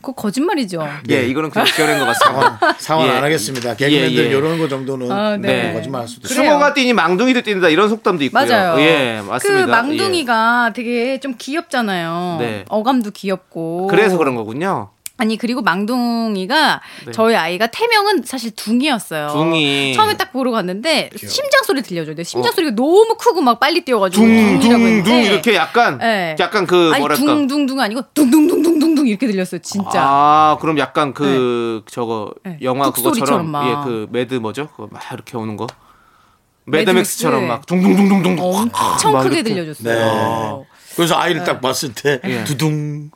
[SPEAKER 5] 그거 거짓말이죠.
[SPEAKER 2] 예, 이거는 그냥 지어낸 것 같습니다.
[SPEAKER 1] 상황
[SPEAKER 2] 예.
[SPEAKER 1] 안 하겠습니다. 개그맨들
[SPEAKER 2] 예, 예.
[SPEAKER 1] 이런 거 정도는
[SPEAKER 5] 아, 네.
[SPEAKER 1] 거짓말 할 수도 있어요.
[SPEAKER 5] 그래요.
[SPEAKER 2] 수모가 뛰니 망둥이도 뛴다 이런 속담도 있고요.
[SPEAKER 5] 맞아요.
[SPEAKER 2] 예, 맞습니다. 예.
[SPEAKER 5] 그 망둥이가 되게 좀 귀엽잖아요.
[SPEAKER 2] 네.
[SPEAKER 5] 어감도 귀엽고.
[SPEAKER 2] 예. 그래서 그런 거군요.
[SPEAKER 5] 아니 그리고 망둥이가 저희 아이가 태명은 사실 둥이였어요.
[SPEAKER 2] 네. 둥이. 어.
[SPEAKER 5] 처음에 딱 보러 갔는데 심장 소리 들려줘요. 근데 심장 소리가 너무 크고 막 빨리 뛰어가지고 둥이라고 했는데.
[SPEAKER 2] 둥둥둥 이렇게 약간
[SPEAKER 5] 예.
[SPEAKER 2] 약간 그
[SPEAKER 5] 아니
[SPEAKER 2] 뭐랄까
[SPEAKER 5] 둥둥둥 아니고 둥둥둥둥둥둥 이렇게 들렸어요. 진짜.
[SPEAKER 2] 아 그럼 약간 그 저거
[SPEAKER 5] 네.
[SPEAKER 2] 영화
[SPEAKER 5] 북소리처럼
[SPEAKER 2] 그거처럼
[SPEAKER 5] 막.
[SPEAKER 2] 예그 매드 뭐죠 그거 막 이렇게 오는 거
[SPEAKER 5] 매드맥스. 어,
[SPEAKER 2] 매드맥스처럼 막 둥둥둥둥둥
[SPEAKER 5] 엄청
[SPEAKER 2] 막
[SPEAKER 5] 크게
[SPEAKER 2] 이렇게. 네.
[SPEAKER 5] 들려줬어요.
[SPEAKER 1] 그래서 아이를 딱 봤을 때
[SPEAKER 2] 예. (laughs)
[SPEAKER 1] 두둥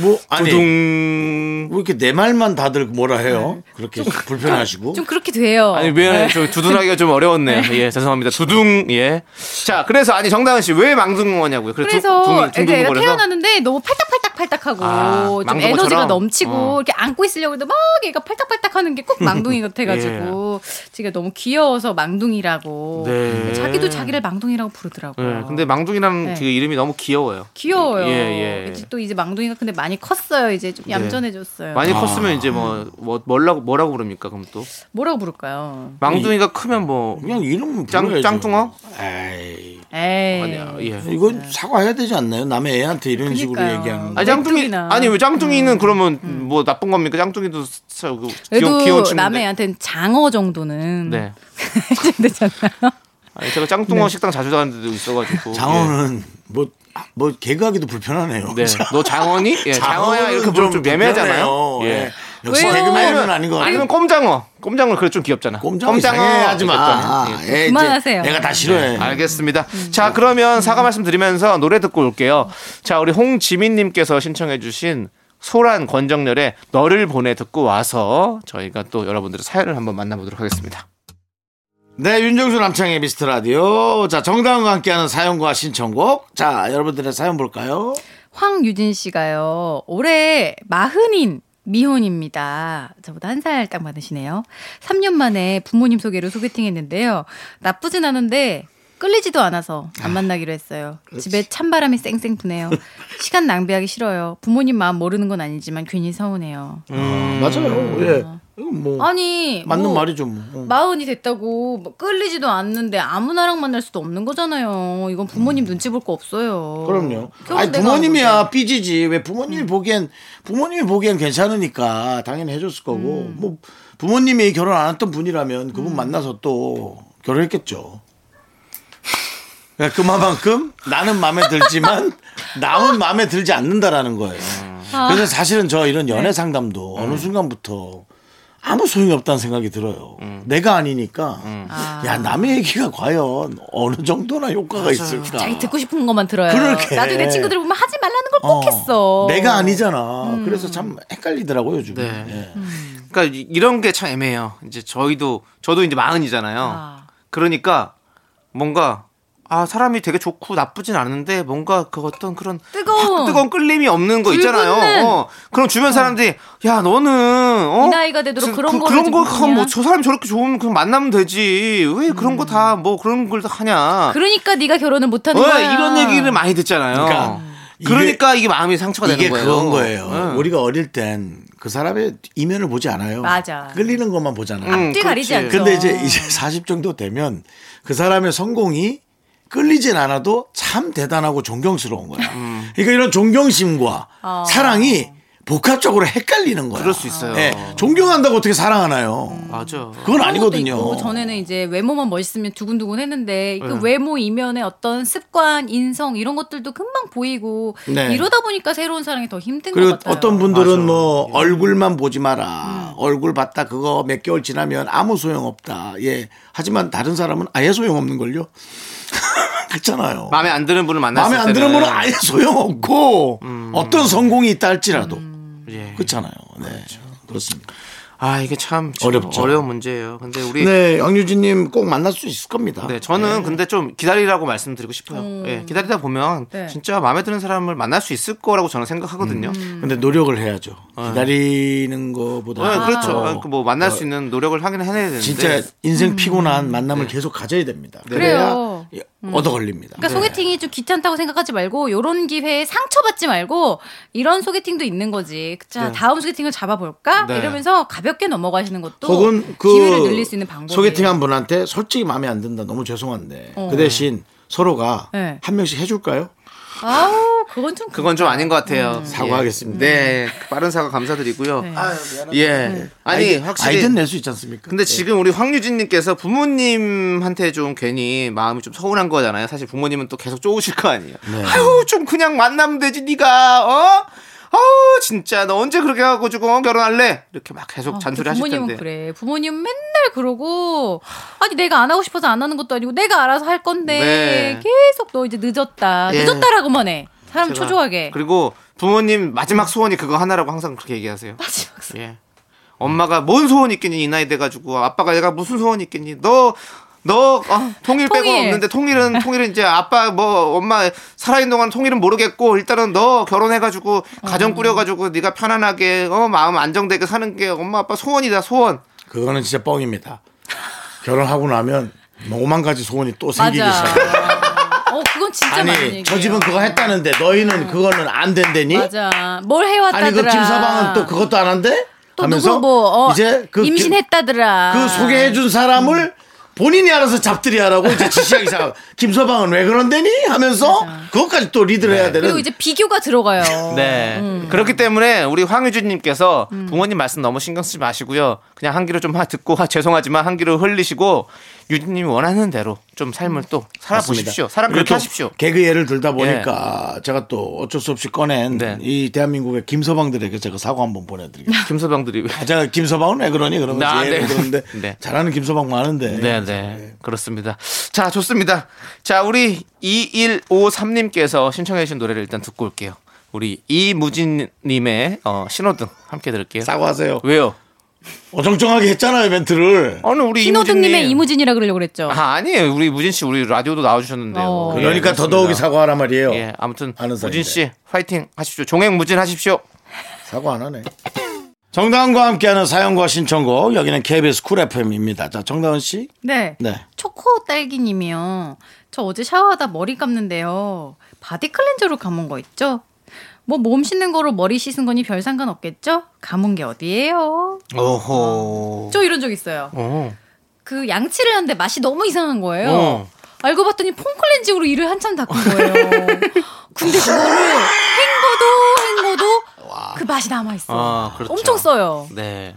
[SPEAKER 1] 뭐 아니
[SPEAKER 2] 두둥
[SPEAKER 1] 왜 이렇게 내 말만 다들 뭐라 해요? 그렇게 불편하시고
[SPEAKER 5] 좀 그렇게 돼요.
[SPEAKER 2] 아니 어. 미안해 좀 두둔하기가 좀 어려웠네 예 죄송합니다 두둥 예자 그래서 아니 정다은 씨 왜 망둥어냐고요 그래,
[SPEAKER 5] 그래서
[SPEAKER 2] 둥-
[SPEAKER 5] 애가, 애가
[SPEAKER 2] 둥둥거려서?
[SPEAKER 5] 태어나는데 너무 팔딱팔딱팔딱하고
[SPEAKER 2] 아,
[SPEAKER 5] 좀
[SPEAKER 2] 망둥어처럼?
[SPEAKER 5] 에너지가 넘치고
[SPEAKER 2] 어.
[SPEAKER 5] 이렇게 안고 있으려고 해도 막 애가 팔딱팔딱하는
[SPEAKER 2] (laughs)
[SPEAKER 5] 게꼭 망둥이 같아가지고 제가 너무 귀여워서 망둥이라고
[SPEAKER 2] 예. 네.
[SPEAKER 5] 자기도 자기를 망둥이라고 부르더라고요.
[SPEAKER 2] 예, 근데 망둥이라는
[SPEAKER 5] 네.
[SPEAKER 2] 그 이름이 너무 귀여워요
[SPEAKER 5] 귀여워요.
[SPEAKER 2] 예, 예.
[SPEAKER 5] 이제 또 이제 망둥이가 근데 많이 컸어요. 이제 좀 얌전해졌어요.
[SPEAKER 2] 많이 컸으면 이제 뭐, 뭐 뭐라고 뭐라고 부릅니까 그럼 또
[SPEAKER 5] 뭐라고 부를까요?
[SPEAKER 2] 망둥이가 크면 뭐
[SPEAKER 1] 그냥 이름
[SPEAKER 2] 짱,
[SPEAKER 1] 불러야죠.
[SPEAKER 2] 짱뚱어?
[SPEAKER 1] 에이
[SPEAKER 5] 에이.
[SPEAKER 2] 어, 아니야, 예.
[SPEAKER 1] 이건 사과해야 되지 않나요? 남의 애한테 이런 식으로
[SPEAKER 5] 네. 그러니까요.
[SPEAKER 1] 얘기하는 거.
[SPEAKER 2] 아니 짱뚱이
[SPEAKER 5] 맹뚱이나. 음.
[SPEAKER 2] 아니 왜 짱뚱이는 그러면 뭐 나쁜 겁니까? 짱뚱이도 사- 그 귀여운, 귀여운
[SPEAKER 5] 그래도
[SPEAKER 2] 친구인데.
[SPEAKER 5] 남의 애한테는 장어 정도는 (laughs)
[SPEAKER 2] 네. 뭐
[SPEAKER 5] 되잖아요.
[SPEAKER 2] 아니 제가 짱뚱어
[SPEAKER 5] 네.
[SPEAKER 2] 식당 자주 가는 데도 있어가지고.
[SPEAKER 1] 장어는 뭐, 뭐 개그하기도 불편하네요.
[SPEAKER 2] 예.
[SPEAKER 1] (laughs)
[SPEAKER 2] 네. 너 장어니? 예. 장어야 이렇게 부르면 좀 애매하잖아요.
[SPEAKER 1] 불편해요.
[SPEAKER 2] 예.
[SPEAKER 1] 예. 역시
[SPEAKER 5] 왜요?
[SPEAKER 1] 개그맨은 아닌 것 같아요.
[SPEAKER 2] 아니면 꼼장어. 꼼장어 그래 좀 귀엽잖아.
[SPEAKER 1] 꼼장어 이상해 하지 마.
[SPEAKER 2] 귀엽잖아. 예. 네.
[SPEAKER 1] 예, 이제
[SPEAKER 5] 그만하세요.
[SPEAKER 1] 내가 다 싫어해.
[SPEAKER 2] 알겠습니다. 자 그러면 사과 말씀드리면서 노래 듣고 올게요. 자 우리 홍지민님께서 신청해주신 소란 권정렬의 너를 보내 듣고 와서 저희가 또 여러분들의 사연을 한번 만나보도록 하겠습니다.
[SPEAKER 1] 네, 윤정수 남창의 미스터 라디오. 자, 정다은과 함께하는 사연과 신청곡. 자, 여러분들의 사연 볼까요?
[SPEAKER 5] 황유진 씨가요. 올해 마흔인 미혼입니다. 저보다 한 살 딱 많으시네요. 3년 만에 부모님 소개로 소개팅했는데요. 나쁘진 않은데 끌리지도 않아서 안 만나기로 했어요. 집에 찬바람이 쌩쌩 부네요. 시간 낭비하기 싫어요. 부모님 마음 모르는 건 아니지만 괜히 서운해요.
[SPEAKER 1] 맞아요. 예. 이건 뭐
[SPEAKER 5] 아니
[SPEAKER 1] 맞는
[SPEAKER 5] 어. 뭐
[SPEAKER 1] 말이죠. 뭐.
[SPEAKER 5] 마흔이 됐다고 뭐 끌리지도 않는데 아무나랑 만날 수도 없는 거잖아요. 이건 부모님 눈치 볼 거 없어요.
[SPEAKER 1] 음. 그럼요.
[SPEAKER 5] 결혼
[SPEAKER 1] 아니
[SPEAKER 5] 내가 음. 하는
[SPEAKER 1] 부모님이야 삐지지. 왜 부모님이 보기엔 부모님이 보기엔 괜찮으니까 당연히 해줬을 거고.
[SPEAKER 5] 음.
[SPEAKER 1] 뭐 부모님이 결혼 안 했던 분이라면 그분 만나서 또 결혼했겠죠. 그러니까 그만큼 나는 마음에 들지만 남은 마음에 들지 않는다라는 거예요.
[SPEAKER 2] 음.
[SPEAKER 1] 그래서 사실은 저 이런
[SPEAKER 2] 네.
[SPEAKER 1] 연애 상담도 어느 순간부터 아무 소용이 없다는 생각이 들어요.
[SPEAKER 2] 음.
[SPEAKER 1] 내가 아니니까 야 남의 얘기가 과연 어느 정도나 효과가 있을까?
[SPEAKER 5] 자기 듣고 싶은 것만 들어요.
[SPEAKER 1] 아. 그렇게.
[SPEAKER 5] 나도 내 친구들 보면 하지 말라는 걸
[SPEAKER 1] 어,
[SPEAKER 5] 꼭 했어. 음.
[SPEAKER 1] 내가 아니잖아. 그래서 참 헷갈리더라고요, 요즘.
[SPEAKER 2] 네.
[SPEAKER 1] 예.
[SPEAKER 2] 그러니까 이- 이런 게 참 애매해요. 이제 저희도 저도 이제 마흔이잖아요.
[SPEAKER 5] 아.
[SPEAKER 2] 그러니까 뭔가 아 사람이 되게 좋고 나쁘진 않은데 뭔가 그 어떤 그런
[SPEAKER 5] 뜨거운.
[SPEAKER 2] 확 뜨거운 끌림이 없는 거
[SPEAKER 5] 불붙는.
[SPEAKER 2] 있잖아요. 어, 그럼 주변 사람들이 야 너는 어?
[SPEAKER 5] 이 나이가 되도록 그런 거를
[SPEAKER 2] 그런
[SPEAKER 5] 좀
[SPEAKER 2] 거
[SPEAKER 5] 보냐? 음.
[SPEAKER 2] 뭐저 사람 저렇게 좋으면 그냥 만나면 되지 왜 그런 거 다 뭐 그런 걸 다 하냐?
[SPEAKER 5] 그러니까 네가 결혼을 못 하는
[SPEAKER 2] 어,
[SPEAKER 5] 거야.
[SPEAKER 2] 이런 얘기를 많이 듣잖아요.
[SPEAKER 1] 그러니까
[SPEAKER 2] 그러니까,
[SPEAKER 1] 이게-
[SPEAKER 2] 이게, 마음이 상처가
[SPEAKER 1] 이게
[SPEAKER 2] 되는 거예요. 음.
[SPEAKER 1] 그런 거예요.
[SPEAKER 2] 응.
[SPEAKER 1] 우리가 어릴 땐 그 사람의 이면을 보지 않아요.
[SPEAKER 5] 맞아.
[SPEAKER 1] 끌리는 것만 보잖아요.
[SPEAKER 2] 음,
[SPEAKER 5] 띠 가리지
[SPEAKER 2] 그렇지.
[SPEAKER 5] 않죠.
[SPEAKER 1] 근데 이제 이제 40 정도 되면 그 사람의 성공이 끌리진 않아도 참 대단하고 존경스러운 거야. 그러니까 이런 존경심과
[SPEAKER 5] 음. 어.
[SPEAKER 1] 사랑이 복합적으로 헷갈리는 거야.
[SPEAKER 2] 그럴 수 있어요.
[SPEAKER 1] 예, 존경한다고 어떻게 사랑하나요?
[SPEAKER 2] 맞아.
[SPEAKER 1] 그건
[SPEAKER 5] 그런 것도
[SPEAKER 1] 아니거든요.
[SPEAKER 5] 있고, 전에는 이제 외모만 멋있으면 두근두근 했는데 그
[SPEAKER 2] 네.
[SPEAKER 5] 외모 이면에 어떤 습관, 인성 이런 것들도 금방 보이고
[SPEAKER 1] 네.
[SPEAKER 5] 이러다 보니까 새로운 사랑이 더 힘든
[SPEAKER 1] 그리고
[SPEAKER 5] 것 같아요. 음.
[SPEAKER 1] 어떤 분들은 뭐 얼굴만 보지 마라. 얼굴 봤다 그거 몇 개월 지나면 아무 소용 없다. 예. 하지만 다른 사람은 아예 소용 없는 걸요. (laughs) 그렇잖아요.
[SPEAKER 2] 마음에 안 드는 분을 만났을
[SPEAKER 1] 마음에
[SPEAKER 2] 때는 음.
[SPEAKER 1] 안 드는 분은 아예 소용 없고 어떤 성공이 있다 할지라도
[SPEAKER 2] 예. 그렇죠.
[SPEAKER 1] 그렇잖아요. 네. 그렇습니다
[SPEAKER 2] 아 이게 참
[SPEAKER 1] 어렵죠.
[SPEAKER 2] 어려운 문제예요. 근데 우리
[SPEAKER 1] 네, 양유진님 꼭 만날 수 있을 겁니다.
[SPEAKER 2] 네, 저는 근데 좀 기다리라고 말씀드리고 싶어요. 예, 기다리다 보면
[SPEAKER 5] 네.
[SPEAKER 2] 진짜 마음에 드는 사람을 만날 수 있을 거라고 저는 생각하거든요.
[SPEAKER 1] 네. 근데 노력을 해야죠. 기다리는 거보다
[SPEAKER 2] 네, 어. 그렇죠.
[SPEAKER 1] 더
[SPEAKER 2] 음. 아, 그뭐 네. 만날 수 있는 노력을 하긴 해야 되는데
[SPEAKER 1] 어. 진짜 인생 피곤한 만남을
[SPEAKER 2] 네.
[SPEAKER 1] 계속 가져야 됩니다. 그래야
[SPEAKER 5] 음. 그래요.
[SPEAKER 1] 예, 얻어 걸립니다. 네.
[SPEAKER 5] 그러니까 소개팅이 좀 귀찮다고 생각하지 말고 이런 기회에 상처받지 말고 이런 소개팅도 있는 거지. 자
[SPEAKER 1] 네.
[SPEAKER 5] 다음 소개팅을 잡아볼까?
[SPEAKER 2] 네.
[SPEAKER 5] 이러면서 가볍게 넘어가시는 것도
[SPEAKER 1] 혹은 그
[SPEAKER 5] 기회를 늘릴 수 있는 방법.
[SPEAKER 1] 소개팅한 분한테 솔직히 마음에 안 든다. 너무 죄송한데 그 대신 서로가
[SPEAKER 5] 어. 네.
[SPEAKER 1] 한 명씩 해줄까요?
[SPEAKER 5] 아우 그건 좀
[SPEAKER 2] 그건 좀 아닌 것 같아요.
[SPEAKER 1] 사과하겠습니다.
[SPEAKER 2] 예. 네, 빠른 사과 감사드리고요. 예, 아니 확실히
[SPEAKER 1] 아이디어 낼수 있지 않습니까?
[SPEAKER 5] 예.
[SPEAKER 2] 근데 지금 우리 황유진님께서 부모님한테 좀 괜히 마음이 좀 서운한 거잖아요. 사실 부모님은 또 계속 쪼우실 거 아니에요.
[SPEAKER 5] 네.
[SPEAKER 2] 아유 좀 그냥 만나면 되지 네가 어? 아우 진짜 너 언제 그렇게 해가지고 어, 결혼할래? 이렇게 막 계속
[SPEAKER 5] 아,
[SPEAKER 2] 잔소리
[SPEAKER 5] 그
[SPEAKER 2] 하실
[SPEAKER 5] 부모님은
[SPEAKER 2] 텐데.
[SPEAKER 5] 그래. 부모님 맨날 그러고 아니 내가 안 하고 싶어서 안 하는 것도 아니고 내가 알아서 할 건데
[SPEAKER 2] 네.
[SPEAKER 5] 계속 너 이제 늦었다.
[SPEAKER 2] 예.
[SPEAKER 5] 늦었다라고만 해. 사람
[SPEAKER 2] 제가-
[SPEAKER 5] 초조하게. (laughs)
[SPEAKER 2] 그리고 부모님 마지막 소원이 그거 하나라고 항상 그렇게 얘기하세요.
[SPEAKER 5] 마지막 소-
[SPEAKER 2] 예. 엄마가 뭔 소원 있겠니 이 나이 돼가지고 아빠가 내가 무슨 소원 있겠니 너. 너 어, 통일 빼고
[SPEAKER 5] 아, 통일.
[SPEAKER 2] 없는데 통일은 통일은 이제 아빠 뭐 엄마 살아있는 동안 통일은 모르겠고 일단은 너 결혼해가지고
[SPEAKER 5] 음.
[SPEAKER 2] 가정 꾸려가지고 네가 편안하게 어 마음 안정되게 사는 게 엄마 아빠 소원이다 소원
[SPEAKER 1] 그거는 진짜 뻥입니다. 결혼하고 나면 오만 가지 소원이 또 생기기
[SPEAKER 5] 맞아.
[SPEAKER 1] 시작.
[SPEAKER 5] 어 그건 진짜 맞는
[SPEAKER 1] 아니
[SPEAKER 5] 얘기예요. 음.
[SPEAKER 1] 저 집은 그거 했다는데 너희는 그거는 안 된대니?
[SPEAKER 5] 맞아. 뭘 해왔다더라.
[SPEAKER 1] 아니 그 김사방은 또 그것도 안 한대?
[SPEAKER 5] 또
[SPEAKER 1] 하면서
[SPEAKER 5] 누구 뭐 어,
[SPEAKER 1] 이제 그 김-
[SPEAKER 5] 임신했다더라. 음.
[SPEAKER 1] 그 소개해준 사람을 본인이 알아서 잡들이하라고 이제 지시하기
[SPEAKER 5] (laughs)
[SPEAKER 1] 시작. 김서방은 왜 그런데니 하면서 그것까지 또 리드를 해야 되는.
[SPEAKER 5] 그리고 이제
[SPEAKER 1] (laughs)
[SPEAKER 5] 비교가 들어가요.
[SPEAKER 2] 네.
[SPEAKER 5] 음.
[SPEAKER 2] 그렇기 때문에 우리 황유진님께서 부모님 말씀 너무 신경 쓰지 마시고요. 그냥 한 귀로 좀 하- 듣고 하- 죄송하지만 한 귀로 흘리시고 유진님이 원하는 대로 좀 삶을 또 살아보십시오. 사람 그렇게
[SPEAKER 1] 이렇게
[SPEAKER 2] 하십시오. 예.
[SPEAKER 1] 개그 예를 들다 보니까 제가 또 어쩔 수 없이 꺼낸
[SPEAKER 2] 네.
[SPEAKER 1] 이 대한민국의 김서방들에게 제가 사과 한번 보내드리겠습니다.
[SPEAKER 2] (laughs) 김서방들이 왜?
[SPEAKER 1] 아, 제가 김서방은 왜 그러니 그러면
[SPEAKER 2] 아,
[SPEAKER 1] 예를
[SPEAKER 2] 네.
[SPEAKER 1] 들었는데
[SPEAKER 2] (laughs) 네.
[SPEAKER 1] 잘하는 김서방 많은데
[SPEAKER 2] 네, 네. 그렇습니다. 자, 좋습니다. 자, 우리 2153님께서 신청해주신 노래를 일단 듣고 올게요. 우리 이무진님의 어, 신호등 함께 들을게요.
[SPEAKER 1] 사과하세요.
[SPEAKER 2] 왜요?
[SPEAKER 1] 어정쩡하게 했잖아요 멘트를.
[SPEAKER 2] 어느 우리
[SPEAKER 5] 신호등님의
[SPEAKER 2] 이무진님.
[SPEAKER 5] 이무진이라 그러려고 그랬죠.
[SPEAKER 2] 아, 아니에요. 우리 무진 씨 우리 라디오도 나와주셨는데요.
[SPEAKER 5] 어.
[SPEAKER 2] 예,
[SPEAKER 1] 그러니까
[SPEAKER 2] 그렇습니다.
[SPEAKER 1] 더더욱이 사과하란 말이에요.
[SPEAKER 2] 예, 아무튼
[SPEAKER 1] 아는 사이인데.
[SPEAKER 2] 무진 씨 화이팅 하십시오. 종횡 무진 하십시오.
[SPEAKER 1] 사과 안 하네. 정다은과 함께하는 사연과 신청곡 여기는 KBS 쿨 FM입니다. 자 정다은 씨.
[SPEAKER 5] 네.
[SPEAKER 1] 네.
[SPEAKER 5] 초코 딸기님이요. 저 어제 샤워하다 머리 감는데요. 바디 클렌저로 감은 거 있죠? 뭐 몸 씻는 거로 머리 씻은 거니 별 상관 없겠죠? 감은 게 어디예요?
[SPEAKER 2] 오호.
[SPEAKER 5] 저 이런 적 있어요.
[SPEAKER 2] 어.
[SPEAKER 5] 그 양치를 하는데 맛이 너무 이상한 거예요.
[SPEAKER 2] 어.
[SPEAKER 5] 알고 봤더니 폼 클렌징으로 이를 한참 닦은 거예요. 근데 그거를 헹궈도 헹궈도 그 맛이 남아 있어.
[SPEAKER 2] 아, 그렇죠.
[SPEAKER 5] 엄청 써요.
[SPEAKER 2] 네.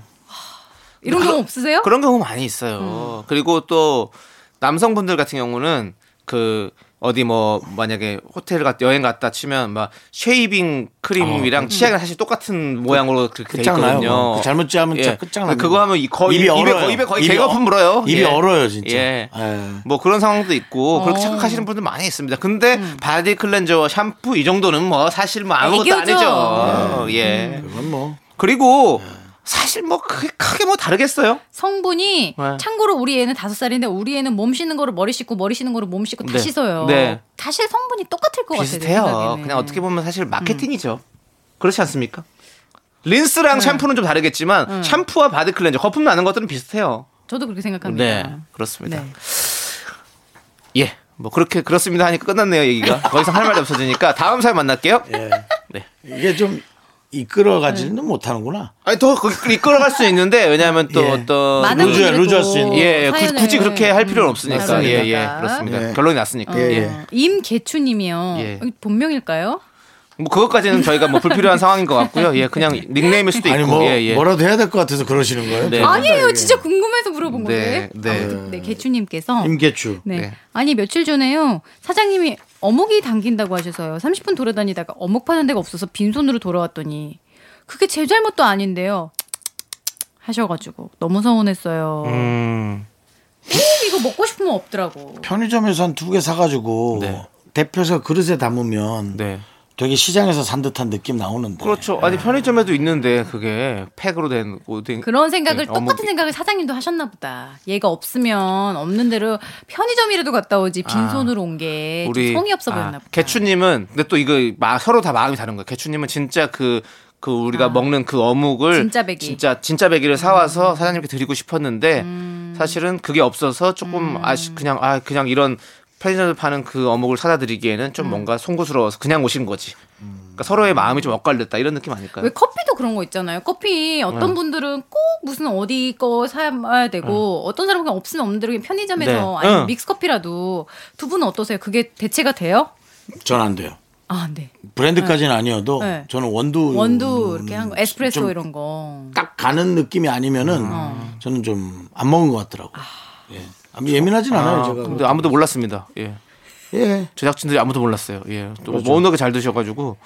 [SPEAKER 5] 이런 경우 없으세요?
[SPEAKER 2] 그런 경우 많이
[SPEAKER 5] 음.
[SPEAKER 2] 있어요. 그리고 또 남성분들 같은 경우는 그 어디 뭐 만약에 호텔 갔다 여행 갔다 치면 막 쉐이빙 크림이랑 치약이랑 사실 똑같은 모양으로 그렇게 돼
[SPEAKER 1] 어, 음. 끝장나요, 뭐.
[SPEAKER 2] 있거든요.
[SPEAKER 1] 그거. 잘못 짜면 진짜
[SPEAKER 2] 예.
[SPEAKER 1] 끝장납니다.
[SPEAKER 2] 그거 하면 이 거의
[SPEAKER 1] 입이
[SPEAKER 2] 입에
[SPEAKER 1] 얼어요.
[SPEAKER 2] 거의 입에 거의
[SPEAKER 1] 입이
[SPEAKER 2] 개거품
[SPEAKER 1] 얼-
[SPEAKER 2] 물어요.
[SPEAKER 1] 입이 얼어요, 진짜.
[SPEAKER 2] 예.
[SPEAKER 1] 예.
[SPEAKER 2] 뭐 그런 상황도 있고
[SPEAKER 5] 어.
[SPEAKER 2] 그렇게 착각하시는 분들 많이 있습니다. 근데 바디 클렌저, 샴푸 이 정도는 뭐 사실 뭐 아무것도
[SPEAKER 5] 음. 애교죠.
[SPEAKER 2] 아니죠.
[SPEAKER 1] 네.
[SPEAKER 2] 예.
[SPEAKER 1] 그건 뭐
[SPEAKER 2] 그리고 사실 뭐 크게, 크게 뭐 다르겠어요?
[SPEAKER 5] 성분이
[SPEAKER 2] 네.
[SPEAKER 5] 참고로 우리 애는 다섯 살인데 우리 애는 몸 씻는 거로 머리 씻고 머리 씻는 거로 몸 씻고 다
[SPEAKER 2] 네.
[SPEAKER 5] 씻어요.
[SPEAKER 2] 네.
[SPEAKER 5] 사실 성분이 똑같을 것 같아요. 네.
[SPEAKER 2] 비슷해요. 그냥 어떻게 보면 사실
[SPEAKER 5] 음.
[SPEAKER 2] 마케팅이죠. 그렇지 않습니까? 린스랑
[SPEAKER 5] 네.
[SPEAKER 2] 샴푸는 좀 다르겠지만
[SPEAKER 5] 음.
[SPEAKER 2] 샴푸와 바디 클렌저 거품 나는 것들은 비슷해요.
[SPEAKER 5] 저도 그렇게 생각합니다.
[SPEAKER 2] 그렇습니다.
[SPEAKER 5] 네.
[SPEAKER 2] 예. 뭐 그렇게 그렇습니다 하니까 끝났네요, 얘기가. 더 이상 할 말이 없어지니까 다음 사연 만날게요.
[SPEAKER 1] 예.
[SPEAKER 2] 네.
[SPEAKER 1] 이게 좀 이끌어가지는 못하는구나.
[SPEAKER 2] 아니 더 그- 이끌어갈 수 있는데 왜냐하면 또
[SPEAKER 1] 예.
[SPEAKER 2] 어떤
[SPEAKER 5] 많은
[SPEAKER 1] 루즈야,
[SPEAKER 5] 분들이
[SPEAKER 1] 루즈할
[SPEAKER 5] 또
[SPEAKER 1] 수 있는.
[SPEAKER 2] 예, 예. 굳이,
[SPEAKER 5] 사연을-
[SPEAKER 2] 굳이 그렇게 할 필요는
[SPEAKER 5] 음,
[SPEAKER 2] 없으니까
[SPEAKER 5] 맞습니다. 음.
[SPEAKER 2] 예예 그렇습니다.
[SPEAKER 1] 예.
[SPEAKER 5] 네.
[SPEAKER 2] 결론이 났으니까
[SPEAKER 1] 예,
[SPEAKER 2] 예.
[SPEAKER 1] 예.
[SPEAKER 5] 임계추님이요.
[SPEAKER 2] 예.
[SPEAKER 5] 여기 본명일까요?
[SPEAKER 2] 뭐 그것까지는 저희가 뭐 불필요한 상황인 것 같고요.
[SPEAKER 1] (laughs)
[SPEAKER 2] 예, 그냥 닉네임일 수도 있고.
[SPEAKER 1] 아니 뭐
[SPEAKER 2] 예, 예.
[SPEAKER 1] 뭐라도 해야 될 것 같아서 그러시는 거예요?
[SPEAKER 2] 네.
[SPEAKER 5] 아니에요. 진짜 궁금해서 물어본
[SPEAKER 2] 네,
[SPEAKER 5] 거예요.
[SPEAKER 2] 네.
[SPEAKER 5] 아무튼 네, 개추님께서
[SPEAKER 1] 임계추.
[SPEAKER 5] 네.
[SPEAKER 2] 네.
[SPEAKER 5] 아니 며칠 전에요 사장님이 어묵이 당긴다고 하셔서요 30분 돌아다니다가 어묵 파는 데가 없어서 빈손으로 돌아왔더니 그게 제 잘못도 아닌데요 하셔가지고 너무 서운했어요
[SPEAKER 2] 음.
[SPEAKER 5] 이거 먹고 싶으면 없더라고
[SPEAKER 1] 편의점에서 한 두 개 사가지고
[SPEAKER 2] 네.
[SPEAKER 1] 대표해서 그릇에 담으면
[SPEAKER 2] 네.
[SPEAKER 1] 되게 시장에서 산 듯한 느낌 나오는데.
[SPEAKER 2] 그렇죠. 아니 편의점에도 있는데 그게 팩으로 된 오뎅
[SPEAKER 5] 그런 생각을
[SPEAKER 2] 네,
[SPEAKER 5] 똑같은
[SPEAKER 2] 어묵이-
[SPEAKER 5] 생각을 사장님도 하셨나 보다 얘가 없으면 없는 대로 편의점이라도 갔다 오지 빈손으로 온 게 성의 없어
[SPEAKER 2] 아,
[SPEAKER 5] 보였나 보다
[SPEAKER 2] 개추님은 근데 또 이거 마, 서로 다 마음이 다른 거예요. 개추님은 진짜 그. 그 우리가 먹는 그 어묵을
[SPEAKER 5] 아. 진짜 배기. 음.
[SPEAKER 2] 진짜 진짜 배기를 사와서 사장님께 드리고 싶었는데 사실은 그게 없어서 조금
[SPEAKER 5] 음.
[SPEAKER 2] 아시 그냥 아 그냥 이런 편의점에서 파는 그 어묵을 사다 드리기에는
[SPEAKER 5] 음.
[SPEAKER 2] 좀 뭔가 송구스러워서 그냥 오신 거지. 그러니까 서로의 마음이 좀 엇갈렸다 이런 느낌 아닐까요?
[SPEAKER 5] 왜 커피도 그런 거 있잖아요. 커피
[SPEAKER 2] 네.
[SPEAKER 5] 어떤 분들은 꼭 무슨 어디 거 사야 되고 어떤 사람은 그냥 없으면 없는 대로 그냥 편의점에서
[SPEAKER 2] 네.
[SPEAKER 5] 아니면
[SPEAKER 2] 응.
[SPEAKER 5] 믹스 커피라도 두 분은 어떠세요? 그게 대체가 돼요?
[SPEAKER 1] 전 안 돼요.
[SPEAKER 5] 아, 네.
[SPEAKER 1] 브랜드까지는 아니어도
[SPEAKER 5] 네.
[SPEAKER 1] 저는 원두
[SPEAKER 5] 원두 이렇게 한 거, 에스프레소
[SPEAKER 1] 좀
[SPEAKER 5] 이런 거.
[SPEAKER 1] 딱 가는 느낌이 아니면은
[SPEAKER 5] 음. 어.
[SPEAKER 1] 저는 좀 안 먹은 것 같더라고.
[SPEAKER 5] 아.
[SPEAKER 1] 예. 아무 예민하진 않아요.
[SPEAKER 2] 아,
[SPEAKER 1] 제가.
[SPEAKER 2] 근데 아무도 몰랐습니다. 예.
[SPEAKER 1] 예.
[SPEAKER 2] 제작진들이 아무도 몰랐어요. 예. 또
[SPEAKER 1] 그렇죠.
[SPEAKER 2] 워낙에 잘 드셔가지고.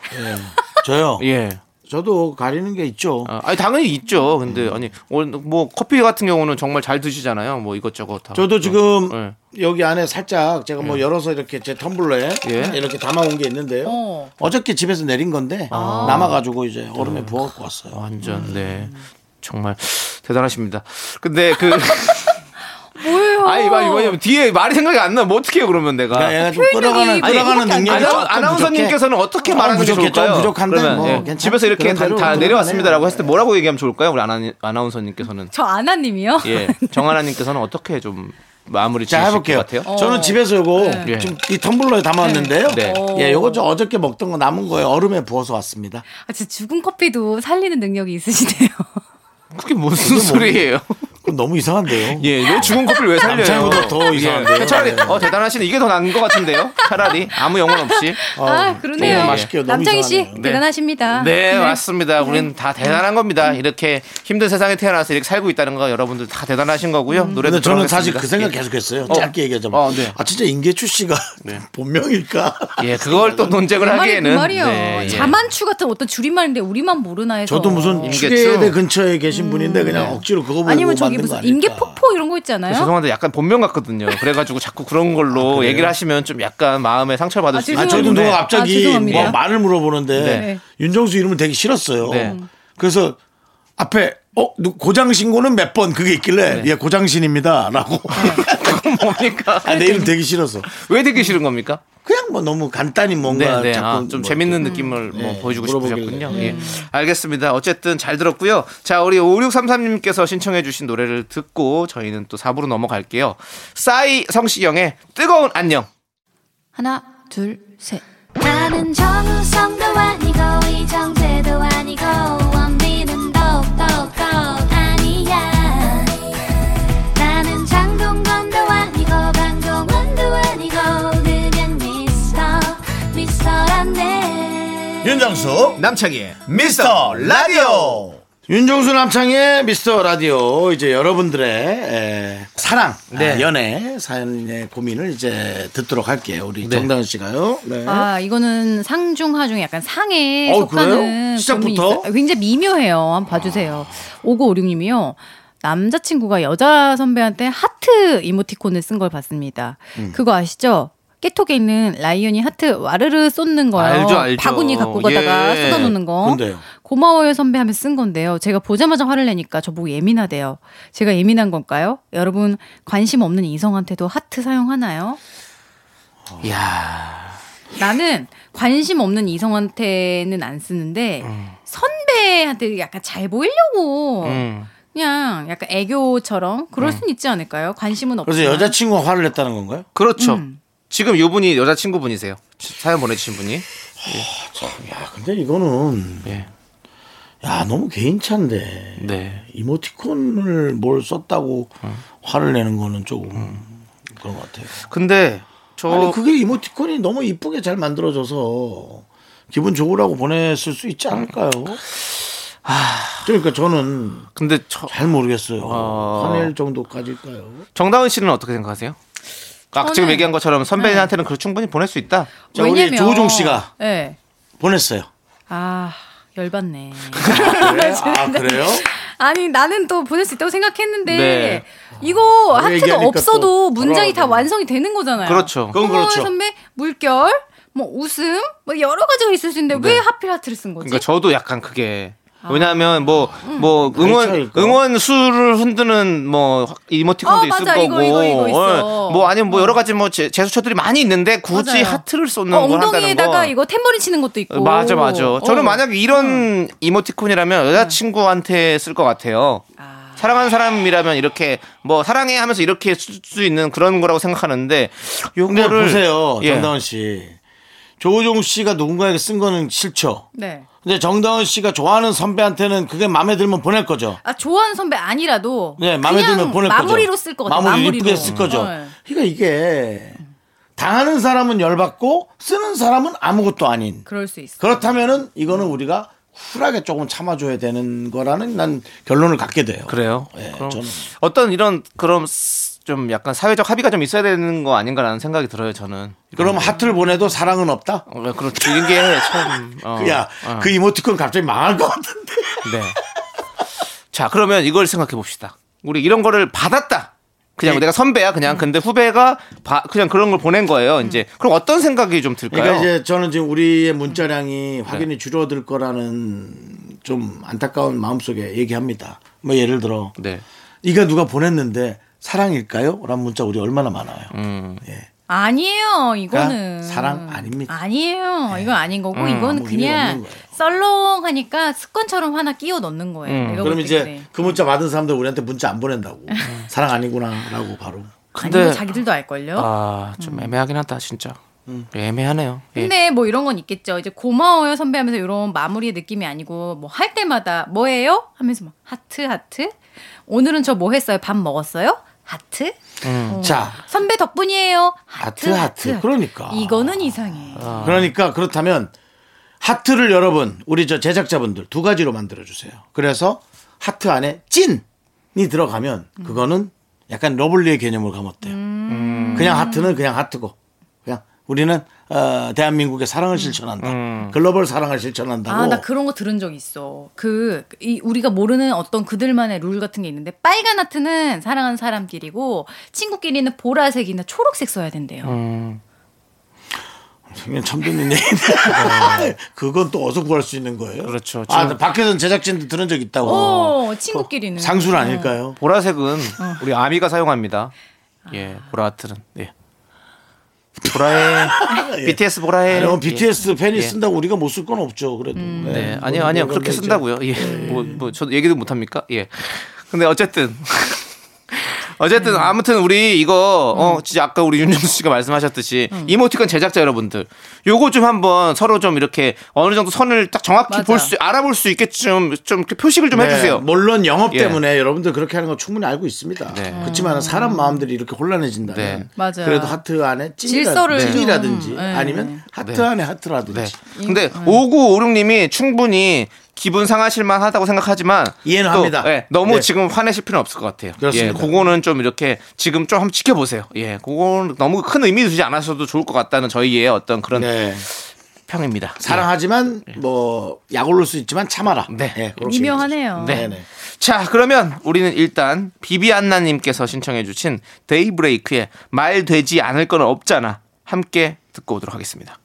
[SPEAKER 1] 저요.
[SPEAKER 2] 예.
[SPEAKER 1] 저도 가리는 게 있죠.
[SPEAKER 2] 아, 아니 당연히 있죠.
[SPEAKER 1] 음.
[SPEAKER 2] 근데 아니 오늘 뭐 커피 같은 경우는 정말 잘 드시잖아요. 뭐 이것저것 다.
[SPEAKER 1] 저도 지금
[SPEAKER 2] 예.
[SPEAKER 1] 여기 안에 살짝 제가 뭐 열어서 이렇게 제 텀블러에
[SPEAKER 2] 예.
[SPEAKER 1] 이렇게 담아온 게 있는데요.
[SPEAKER 5] 어.
[SPEAKER 1] 어. 저께 집에서 내린 건데 남아가지고 이제 얼음에 부어 갖고 왔어요.
[SPEAKER 2] 완전 네 정말 대단하십니다.
[SPEAKER 1] (laughs)
[SPEAKER 2] 근데 그
[SPEAKER 5] 뭐예요?
[SPEAKER 2] 아니 아니, 왜냐면 뒤에 말이 생각이 안 나. 뭐 어떻게 해요 그러면 내가
[SPEAKER 1] 그러니까 얘가 좀 끌어가는
[SPEAKER 5] 아니,
[SPEAKER 1] 끌어가는
[SPEAKER 5] 그렇게 안
[SPEAKER 1] 능력이
[SPEAKER 5] 돼요.
[SPEAKER 1] 조금
[SPEAKER 2] 뭐 아나운, 서님께서는 어떻게
[SPEAKER 1] 아,
[SPEAKER 2] 말하는 게
[SPEAKER 1] 부족해. 좀
[SPEAKER 2] 좋을까요?
[SPEAKER 1] 부족한데
[SPEAKER 2] 그러면,
[SPEAKER 1] 뭐
[SPEAKER 2] 예.
[SPEAKER 1] 괜찮지.
[SPEAKER 2] 집에서 이렇게
[SPEAKER 1] 그런
[SPEAKER 2] 다,
[SPEAKER 1] 대로
[SPEAKER 2] 다
[SPEAKER 1] 그런
[SPEAKER 2] 내려왔습니다라고
[SPEAKER 1] 거네요.
[SPEAKER 2] 했을 때 뭐라고 얘기하면 좋을까요? 우리 아나, 아나운서님께서는
[SPEAKER 5] 저 아나님이요?
[SPEAKER 2] 예 정하나님께서는 어떻게 좀 마무리
[SPEAKER 1] 자
[SPEAKER 2] 지으실 것
[SPEAKER 1] 해볼게요.
[SPEAKER 2] 같아요? 어.
[SPEAKER 1] 저는 집에서 요거
[SPEAKER 2] 네.
[SPEAKER 1] 지금 이 텀블러에 담았는데요.
[SPEAKER 2] 네.
[SPEAKER 1] 예, 요거 저 어저께 먹던 거 남은 거에 얼음에 부어서 왔습니다.
[SPEAKER 5] 아, 진짜 죽은 커피도 살리는 능력이 있으시네요.
[SPEAKER 1] 어,
[SPEAKER 2] 그게 무슨 소리예요?
[SPEAKER 1] 그건 너무 이상한데요.
[SPEAKER 2] 예, 왜 죽은 커피를 왜 살려요?
[SPEAKER 1] 남창보다 더
[SPEAKER 2] 예,
[SPEAKER 1] 이상한데요?
[SPEAKER 2] 차라리
[SPEAKER 1] 네.
[SPEAKER 2] 어 대단하시네. 이게 더 나은 것 같은데요? 차라리 아무 영혼 없이.
[SPEAKER 5] 아, 그러네요.
[SPEAKER 2] 너무 맛있게요.
[SPEAKER 1] 너무
[SPEAKER 5] 남창희 씨
[SPEAKER 1] 이상하네요.
[SPEAKER 5] 대단하십니다.
[SPEAKER 2] 어, 네, 맞습니다. 우린 다 대단한 겁니다. 이렇게 힘든 세상에 태어나서 이렇게 살고 있다는 거 여러분들 다 대단하신 거고요.
[SPEAKER 5] 음.
[SPEAKER 2] 노래도
[SPEAKER 1] 근데 저는 사실 그
[SPEAKER 2] 들어보겠습니다.
[SPEAKER 1] 생각 계속했어요.
[SPEAKER 2] 어.
[SPEAKER 1] 짧게 얘기하자면
[SPEAKER 2] 어, 네.
[SPEAKER 1] 아 진짜 임계추 씨가 (laughs) 본명일까?
[SPEAKER 2] 예, 예, 그걸 또 논쟁을
[SPEAKER 5] 그 말이 그
[SPEAKER 2] 하기에는
[SPEAKER 5] 말이요.
[SPEAKER 2] 네, 예.
[SPEAKER 5] 자만추 같은 어떤 줄임말인데 우리만 모르나 해서.
[SPEAKER 1] 저도 무슨
[SPEAKER 2] 임계추. 음.
[SPEAKER 1] 추계대 근처에 계신 분인데 그냥 억지로 그거 보고
[SPEAKER 5] 아니면
[SPEAKER 1] 만든 거
[SPEAKER 5] 저기 무슨
[SPEAKER 1] 아닐까?
[SPEAKER 5] 임계폭포 이런 거 있잖아요.
[SPEAKER 2] 죄송한데 약간 본명 같거든요. 그래가지고 자꾸 그런 걸로 얘기를 하시면 좀 약간 마음에 상처를 받을
[SPEAKER 5] 아,
[SPEAKER 2] 수
[SPEAKER 1] 아
[SPEAKER 2] 있어요.
[SPEAKER 5] 죄송합니다.
[SPEAKER 1] 저도 누가
[SPEAKER 5] 아,
[SPEAKER 1] 갑자기
[SPEAKER 5] 죄송합니다.
[SPEAKER 1] 뭐 말을 물어보는데
[SPEAKER 2] 네.
[SPEAKER 1] 윤정수 이름을 되게 싫었어요.
[SPEAKER 2] 네.
[SPEAKER 1] 그래서 앞에 어 누- 고장 신고는 몇 번 그게 있길래 예 고장신입니다라고
[SPEAKER 2] 그건 뭡니까?
[SPEAKER 1] (laughs) 아,
[SPEAKER 5] 네.
[SPEAKER 1] 내 이름 되게 싫어서
[SPEAKER 2] 왜 되게 싫은 겁니까?
[SPEAKER 1] 그냥 뭐 너무 간단히 뭔가
[SPEAKER 2] 네, 네.
[SPEAKER 1] 자꾸
[SPEAKER 2] 아,
[SPEAKER 1] 뭐
[SPEAKER 2] 좀
[SPEAKER 1] 이렇게.
[SPEAKER 2] 재밌는 느낌을 뭐
[SPEAKER 1] 네,
[SPEAKER 2] 보여주고
[SPEAKER 1] 물어보길래.
[SPEAKER 2] 싶으셨군요. 예.
[SPEAKER 1] 음.
[SPEAKER 2] 알겠습니다. 어쨌든 잘 들었고요. 자, 우리 5633님께서 신청해주신 노래를 듣고 저희는 또 4부로 넘어갈게요. 싸이 성시경의 뜨거운 안녕.
[SPEAKER 5] 하나, 둘, 셋.
[SPEAKER 3] 나는 정우성도 아니고 이정재도 아니고 원빈은 더욱더 아니야 나는 장동건도 아니고 강동원도 아니고 그냥 미스터 미스터란데
[SPEAKER 6] 윤정수
[SPEAKER 2] 남창희의
[SPEAKER 6] 미스터 라디오
[SPEAKER 1] 윤종수 남창의 미스터 라디오 이제 여러분들의 에, 사랑 아, 연애 사연의 고민을 이제 듣도록 할게요 우리 정다은 씨가요 네.
[SPEAKER 5] 아, 이거는 상중 하중 약간 상에
[SPEAKER 1] 어, 그래요?
[SPEAKER 5] 속하는
[SPEAKER 1] 시작부터?
[SPEAKER 5] 고민이 있어요. 굉장히 미묘해요. 한번 봐주세요. 5956님이요. 남자친구가 여자 선배한테 하트 이모티콘을 쓴 걸 봤습니다.
[SPEAKER 1] 음.
[SPEAKER 5] 그거 아시죠? 깨톡에 있는 라이언이 하트 와르르 쏟는 거예요.
[SPEAKER 2] 알죠, 알죠.
[SPEAKER 5] 바구니 갖고 가다가
[SPEAKER 2] 예.
[SPEAKER 5] 쏟아놓는 거.
[SPEAKER 1] 근데요?
[SPEAKER 5] 고마워요 선배 하면 쓴 건데요. 제가 보자마자 화를 내니까 저보고 예민하대요. 제가 예민한 건가요? 여러분 관심 없는 이성한테도 하트 사용하나요?
[SPEAKER 1] 어.
[SPEAKER 2] 야
[SPEAKER 5] 나는 관심 없는 이성한테는 안 쓰는데
[SPEAKER 1] 어.
[SPEAKER 5] 선배한테 약간 잘 보이려고
[SPEAKER 2] 음.
[SPEAKER 5] 그냥 약간 애교처럼 그럴 순 있지 않을까요? 관심은
[SPEAKER 1] 음.
[SPEAKER 5] 없지만
[SPEAKER 1] 그래서 여자친구가 화를 냈다는 건가요?
[SPEAKER 2] 그렇죠.
[SPEAKER 5] 음.
[SPEAKER 2] 지금 이분이 여자친구분이세요. 사연 보내주신 분이.
[SPEAKER 1] 야 근데 이거는
[SPEAKER 2] 예.
[SPEAKER 1] 야 너무 개인차인데
[SPEAKER 2] 네.
[SPEAKER 1] 이모티콘을 뭘 썼다고
[SPEAKER 2] 어.
[SPEAKER 1] 화를 내는 거는 조금 그런 것 같아요.
[SPEAKER 2] 근데 음. 저
[SPEAKER 5] 그
[SPEAKER 1] 아니 그게 이모티콘이 너무 이쁘게 잘 만들어져서 기분 좋으라고 보냈을 수 있지 않을까요? 그러니까 저는
[SPEAKER 2] 근데 저-
[SPEAKER 1] 잘 모르겠어요.
[SPEAKER 2] 아.
[SPEAKER 1] 화낼 정도까지일까요?
[SPEAKER 2] 정다은 씨는 어떻게 생각하세요? 아까 지금
[SPEAKER 5] 저는- 네.
[SPEAKER 2] 얘기한 것처럼 선배한테는 그걸 충분히 보낼 수 있다.
[SPEAKER 1] 자, 우리
[SPEAKER 5] 왜냐면-
[SPEAKER 1] 조우종 씨가.
[SPEAKER 5] 네.
[SPEAKER 1] 보냈어요.
[SPEAKER 5] 아 열받네.
[SPEAKER 1] 아 그래요?
[SPEAKER 5] 아니 나는 또 보낼 수 있다고 생각했는데
[SPEAKER 2] 네.
[SPEAKER 5] 이거 하트가
[SPEAKER 1] 아, 얘기하니까
[SPEAKER 5] 없어도
[SPEAKER 1] 또
[SPEAKER 5] 문장이 다
[SPEAKER 1] 돌아가네.
[SPEAKER 5] 완성이 되는 거잖아요.
[SPEAKER 2] 그렇죠.
[SPEAKER 1] 그건
[SPEAKER 5] 홍보원
[SPEAKER 1] 그렇죠.
[SPEAKER 5] 선배 물결 뭐 웃음 뭐 여러 가지가 있을 수 있는데
[SPEAKER 1] 네.
[SPEAKER 5] 왜 하필 하트를 쓴 거지?
[SPEAKER 2] 그러니까 저도 약간 그게
[SPEAKER 5] 아.
[SPEAKER 2] 왜냐하면 뭐
[SPEAKER 5] 음.
[SPEAKER 2] 뭐 응원
[SPEAKER 1] 차이일까?
[SPEAKER 2] 응원 수를 흔드는 뭐 이모티콘도
[SPEAKER 5] 어,
[SPEAKER 2] 있을
[SPEAKER 5] 맞아.
[SPEAKER 2] 거고
[SPEAKER 5] 이거, 이거, 이거 있어.
[SPEAKER 2] 어, 뭐 아니면 뭐 여러 가지 뭐 제- 제스처들이 많이 있는데 굳이
[SPEAKER 5] 맞아요.
[SPEAKER 2] 하트를 쏟는
[SPEAKER 5] 어,
[SPEAKER 2] 걸 한다는
[SPEAKER 5] 엉덩이에다가
[SPEAKER 2] 거
[SPEAKER 5] 이거 탬버린 치는 것도 있고.
[SPEAKER 2] 맞아 맞아 저는
[SPEAKER 5] 어. 음.
[SPEAKER 2] 만약에 이런 이모티콘이라면 여자친구한테 쓸 것 같아요 사랑하는 사람이라면 이렇게 뭐 사랑해 하면서 이렇게 쓸 수 있는 그런 거라고 생각하는데
[SPEAKER 1] 근데
[SPEAKER 2] 요거를
[SPEAKER 1] 보세요,
[SPEAKER 2] 예.
[SPEAKER 1] 정다은 씨. 조우종 씨가 누군가에게 쓴 거는 싫죠.
[SPEAKER 5] 네.
[SPEAKER 1] 근데 정다은 씨가 좋아하는 선배한테는 그게 마음에 들면 보낼 거죠.
[SPEAKER 5] 아 좋아하는 선배 아니라도
[SPEAKER 1] 네, 마음에
[SPEAKER 5] 그냥
[SPEAKER 1] 들면 보낼 거죠.
[SPEAKER 5] 마무리로 쓸 것 같아요.
[SPEAKER 1] 마무리
[SPEAKER 5] 마무리로.
[SPEAKER 1] 이쁘게 쓸 거죠.
[SPEAKER 5] 네.
[SPEAKER 1] 그러니까 이게 당하는 사람은 열받고 쓰는 사람은 아무것도 아닌.
[SPEAKER 5] 그럴 수 있어.
[SPEAKER 1] 그렇다면은 이거는 우리가 쿨하게 조금 참아줘야 되는 거라는 난 결론을 갖게 돼요.
[SPEAKER 2] 그래요.
[SPEAKER 1] 예,
[SPEAKER 2] 그럼
[SPEAKER 1] 저는.
[SPEAKER 2] 어떤 이런 그럼 쓰- 좀 약간 사회적 합의가 좀 있어야 되는 거 아닌가라는 생각이 들어요. 저는.
[SPEAKER 1] 그럼 하트를 보내도 사랑은 없다?
[SPEAKER 2] 어, 그런 이게 참. 어,
[SPEAKER 1] (laughs) 야,
[SPEAKER 2] 어,
[SPEAKER 1] 그 이모티콘 갑자기 망할 것 같은데.
[SPEAKER 2] 네. 자 그러면 이걸 생각해 봅시다. 우리 이런 거를 받았다.
[SPEAKER 1] 네.
[SPEAKER 2] 그냥 내가 선배야
[SPEAKER 1] 음.
[SPEAKER 2] 그냥 근데 후배가 바- 그냥 그런 걸 보낸 거예요 이제 그럼 어떤 생각이 좀 들까요?
[SPEAKER 1] 그러니까 이제 저는 지금 우리의 문자량이 확연히 줄어들 거라는 좀 안타까운 마음속에 얘기합니다. 뭐 예를 들어
[SPEAKER 2] 네.
[SPEAKER 1] 이거 누가 보냈는데 사랑일까요? 라는 문자 우리 얼마나 많아요.
[SPEAKER 5] 아니에요. 이거는
[SPEAKER 1] 그러니까 사랑 아닙니다.
[SPEAKER 5] 아니에요. 이건 아닌 거고 이건
[SPEAKER 1] 아무 의미가
[SPEAKER 5] 그냥
[SPEAKER 1] 없는 거예요.
[SPEAKER 5] 썰렁하니까 습관처럼 하나 끼워 넣는
[SPEAKER 2] 음.
[SPEAKER 5] 거예요. 내가 볼
[SPEAKER 1] 그럼
[SPEAKER 5] 때
[SPEAKER 1] 이제
[SPEAKER 5] 그래.
[SPEAKER 1] 그 문자 받은 사람들 우리한테 문자 안 보낸다고 사랑 아니구나라고 바로.
[SPEAKER 5] 아니 뭐 자기들도 음. 알 걸요.
[SPEAKER 2] 아좀 애매하긴 하다 진짜.
[SPEAKER 1] 음.
[SPEAKER 2] 애매하네요. 예.
[SPEAKER 5] 근데 뭐 이런 건 있겠죠. 이제 고마워요 선배 하면서 이런 마무리의 느낌이 아니고 뭐 할 때마다 뭐예요? 하면서 막 하트 하트. 오늘은 저 뭐 했어요? 밥 먹었어요? 하트. 어.
[SPEAKER 1] 자,
[SPEAKER 5] 선배 덕분이에요. 하트
[SPEAKER 1] 하트, 하트. 그러니까.
[SPEAKER 5] 이거는 이상해.
[SPEAKER 1] 그러니까 그렇다면 하트를 여러분 우리 저 제작자분들 두 가지로 만들어 주세요. 그래서 하트 안에 찐이 들어가면 그거는 약간 러블리의 개념을 감았대요.
[SPEAKER 2] 음.
[SPEAKER 1] 그냥 하트는 그냥 하트고 그냥 우리는 어, 대한민국의 사랑을 실천한다.
[SPEAKER 2] 음.
[SPEAKER 1] 글로벌 사랑을 실천한다고.
[SPEAKER 5] 아, 나 그런 거 들은 적 있어. 그, 이, 우리가 모르는 어떤 그들만의 룰 같은 게 있는데, 빨간 하트는 사랑하는 사람끼리고, 친구끼리는 보라색이나 초록색 써야 된대요.
[SPEAKER 1] 음. 그냥 참 듣는 얘기인데 (laughs) 그건 또 어디서 구할 수 있는 거예요?
[SPEAKER 2] 네. 그렇죠.
[SPEAKER 1] 아,
[SPEAKER 2] 지금-
[SPEAKER 1] 밖에서 제작진도 들은 적 있다고.
[SPEAKER 5] 어, 친구끼리는.
[SPEAKER 1] 상술 아닐까요?
[SPEAKER 2] 보라색은
[SPEAKER 5] 어.
[SPEAKER 2] 우리 아미가 사용합니다. 예,
[SPEAKER 5] 아.
[SPEAKER 2] 보라 하트는. 예.
[SPEAKER 5] (laughs)
[SPEAKER 2] 보라의 BTS 보라의
[SPEAKER 1] 아니, 뭐
[SPEAKER 2] 예.
[SPEAKER 1] BTS 팬이
[SPEAKER 2] 예.
[SPEAKER 1] 쓴다고 우리가 못 쓸 건 없죠. 그래도.
[SPEAKER 5] 음.
[SPEAKER 1] 네.
[SPEAKER 2] 네, 아니요, 아니요, 그렇게 쓴다고요. 예, 뭐, 뭐, 저도 얘기도 못 합니까? 예. 근데 어쨌든. (laughs) 어쨌든
[SPEAKER 5] 음.
[SPEAKER 2] 아무튼 우리 이거 어 진짜 아까 우리 윤정수 씨가 말씀하셨듯이
[SPEAKER 5] 음.
[SPEAKER 2] 이모티콘 제작자 여러분들 요거 좀 한번 서로 좀 이렇게 어느 정도 선을 딱 정확히
[SPEAKER 5] 맞아.
[SPEAKER 2] 볼 수 알아볼 수 있게 좀좀 이렇게 표식을
[SPEAKER 1] 네,
[SPEAKER 2] 좀 해주세요.
[SPEAKER 1] 물론 영업
[SPEAKER 2] 예.
[SPEAKER 1] 때문에 여러분들 그렇게 하는 거 충분히 알고 있습니다.
[SPEAKER 2] 네.
[SPEAKER 1] 그렇지만 사람 마음들이 이렇게 혼란해진다면
[SPEAKER 2] 네.
[SPEAKER 5] 맞아요.
[SPEAKER 1] 그래도 하트 안에
[SPEAKER 5] 질서를
[SPEAKER 1] 찐이라-
[SPEAKER 5] 좀,
[SPEAKER 1] 찐이라든지
[SPEAKER 5] 네.
[SPEAKER 1] 아니면 하트
[SPEAKER 2] 네.
[SPEAKER 1] 안에 하트라든지
[SPEAKER 2] 네. 근데 5956님이 충분히 기분 상하실만 하다고 생각하지만
[SPEAKER 1] 이해는
[SPEAKER 2] 또,
[SPEAKER 1] 합니다.
[SPEAKER 2] 예, 너무
[SPEAKER 1] 네.
[SPEAKER 2] 지금 화내실 필요는 없을 것 같아요.
[SPEAKER 1] 그렇습니다.
[SPEAKER 2] 예, 그거는 좀 이렇게 지금 좀 한번 지켜보세요. 예, 그거는 너무 큰 의미 두지 않으셔도 좋을 것 같다는 저희의 어떤 그런
[SPEAKER 1] 네.
[SPEAKER 2] 평입니다. 예.
[SPEAKER 1] 사랑하지만 뭐 약올릴 수 있지만 참아라. 예,
[SPEAKER 2] 네.
[SPEAKER 1] 그렇게
[SPEAKER 5] 미묘하네요.
[SPEAKER 2] 네.
[SPEAKER 1] 네네.
[SPEAKER 2] 자, 그러면 우리는 일단 비비안나님께서 신청해주신 데이브레이크의 말 되지 않을 건 없잖아 함께 듣고 오도록 하겠습니다.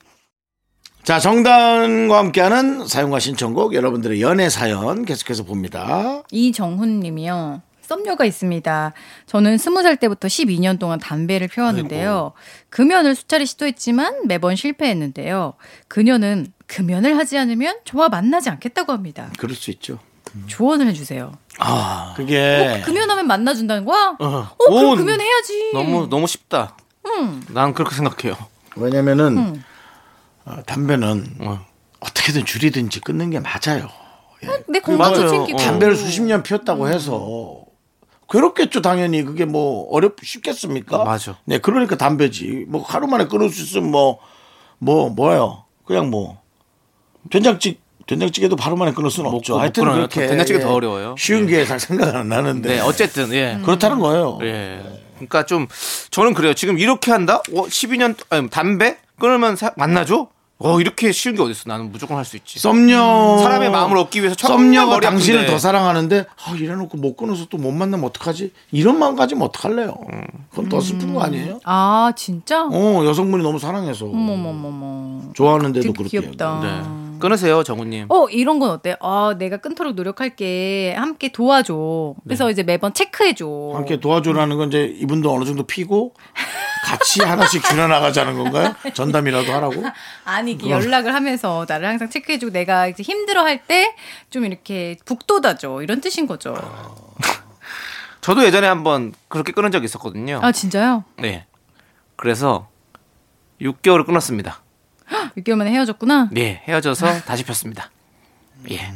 [SPEAKER 1] 자, 정다은과 함께하는 사연과 신청곡 여러분들의 연애 사연 계속해서 봅니다.
[SPEAKER 5] 이정훈 님이요. 썸녀가 있습니다. 저는 스무 살 때부터 12년 동안 담배를 피웠는데요. 금연을 수차례 시도했지만 매번 실패했는데요. 그녀는 금연을 하지 않으면 저와 만나지 않겠다고 합니다.
[SPEAKER 1] 그럴 수 있죠.
[SPEAKER 5] 조언을 해주세요.
[SPEAKER 2] 아.
[SPEAKER 1] 그게
[SPEAKER 5] 금연하면 만나준다는 거야? 어,
[SPEAKER 2] 오,
[SPEAKER 5] 그럼 금연해야지.
[SPEAKER 2] 너무 너무 쉽다. 난 그렇게 생각해요.
[SPEAKER 1] 왜냐면은
[SPEAKER 5] 음.
[SPEAKER 1] 어, 담배는 어떻게든 줄이든지 끊는 게 맞아요.
[SPEAKER 5] 내
[SPEAKER 1] 그
[SPEAKER 5] 건강도
[SPEAKER 2] 맞아요.
[SPEAKER 5] 챙기고. 음.
[SPEAKER 2] 어.
[SPEAKER 1] 담배를 수십 년 피웠다고 해서 괴롭겠죠 당연히 그게 뭐 어렵 쉽겠습니까?
[SPEAKER 2] 맞아.
[SPEAKER 1] 네 그러니까 담배지 뭐 하루 만에 끊을 수 있으면 뭐 뭐 뭐예요 그냥 뭐 된장찌 된장찌개도 바로만에 끊을 수는
[SPEAKER 2] 못
[SPEAKER 1] 없죠.
[SPEAKER 2] 끊- 못
[SPEAKER 1] 하여튼
[SPEAKER 2] 끊어요.
[SPEAKER 1] 그렇게 예,
[SPEAKER 2] 된장찌개 더 어려워요. 예.
[SPEAKER 1] 쉬운 게 잘 생각 안 나는데.
[SPEAKER 2] 네, 어쨌든 예.
[SPEAKER 1] 그렇다는 거예요.
[SPEAKER 2] 예. 그러니까 좀 저는 그래요. 지금 이렇게 한다? 어, 12년 아니, 담배 끊으면 사- 만나줘? 어, 이렇게 쉬운 게 어딨어? 나는 무조건 할 수 있지.
[SPEAKER 1] 썸녀
[SPEAKER 2] 사람의 마음을 얻기 위해서 정말
[SPEAKER 1] 썸녀가
[SPEAKER 2] 머리 아픈데.
[SPEAKER 1] 당신을 더 사랑하는데 아, 이래놓고 못 끊어서 또 못 만나면 어떡하지? 이런 마음 가지면 어떡할래요? 그럼 더 슬픈 거 아니에요?
[SPEAKER 5] 아 진짜?
[SPEAKER 1] 어 여성분이 너무 사랑해서
[SPEAKER 5] 어머머머머.
[SPEAKER 1] 좋아하는데도
[SPEAKER 5] 되게
[SPEAKER 1] 그렇게
[SPEAKER 5] 귀엽다.
[SPEAKER 2] 네. 끊으세요, 정우님.
[SPEAKER 5] 어 이런 건 어때? 아 내가 끊도록 노력할게. 함께 도와줘. 그래서 이제 매번 체크해줘.
[SPEAKER 1] 함께 도와줘라는 건 이제 이분도 어느 정도 피고 같이 하나씩 줄여나가자는
[SPEAKER 5] (laughs)
[SPEAKER 1] 건가요? 전담이라도 하라고?
[SPEAKER 5] 아니 이게 연락을 하면서 나를 항상 체크해주고 내가 이제 힘들어할 때 좀 이렇게 북돋아줘 이런 뜻인 거죠.
[SPEAKER 2] 저도 예전에 한번 그렇게 끊은 적이 있었거든요.
[SPEAKER 5] 아 진짜요?
[SPEAKER 2] 네. 그래서 6개월을 끊었습니다.
[SPEAKER 5] 6개월 만에 헤어졌구나.
[SPEAKER 2] 네,
[SPEAKER 5] 아.
[SPEAKER 2] 헤어져서 다시 폈습니다.
[SPEAKER 5] 음.
[SPEAKER 2] 예.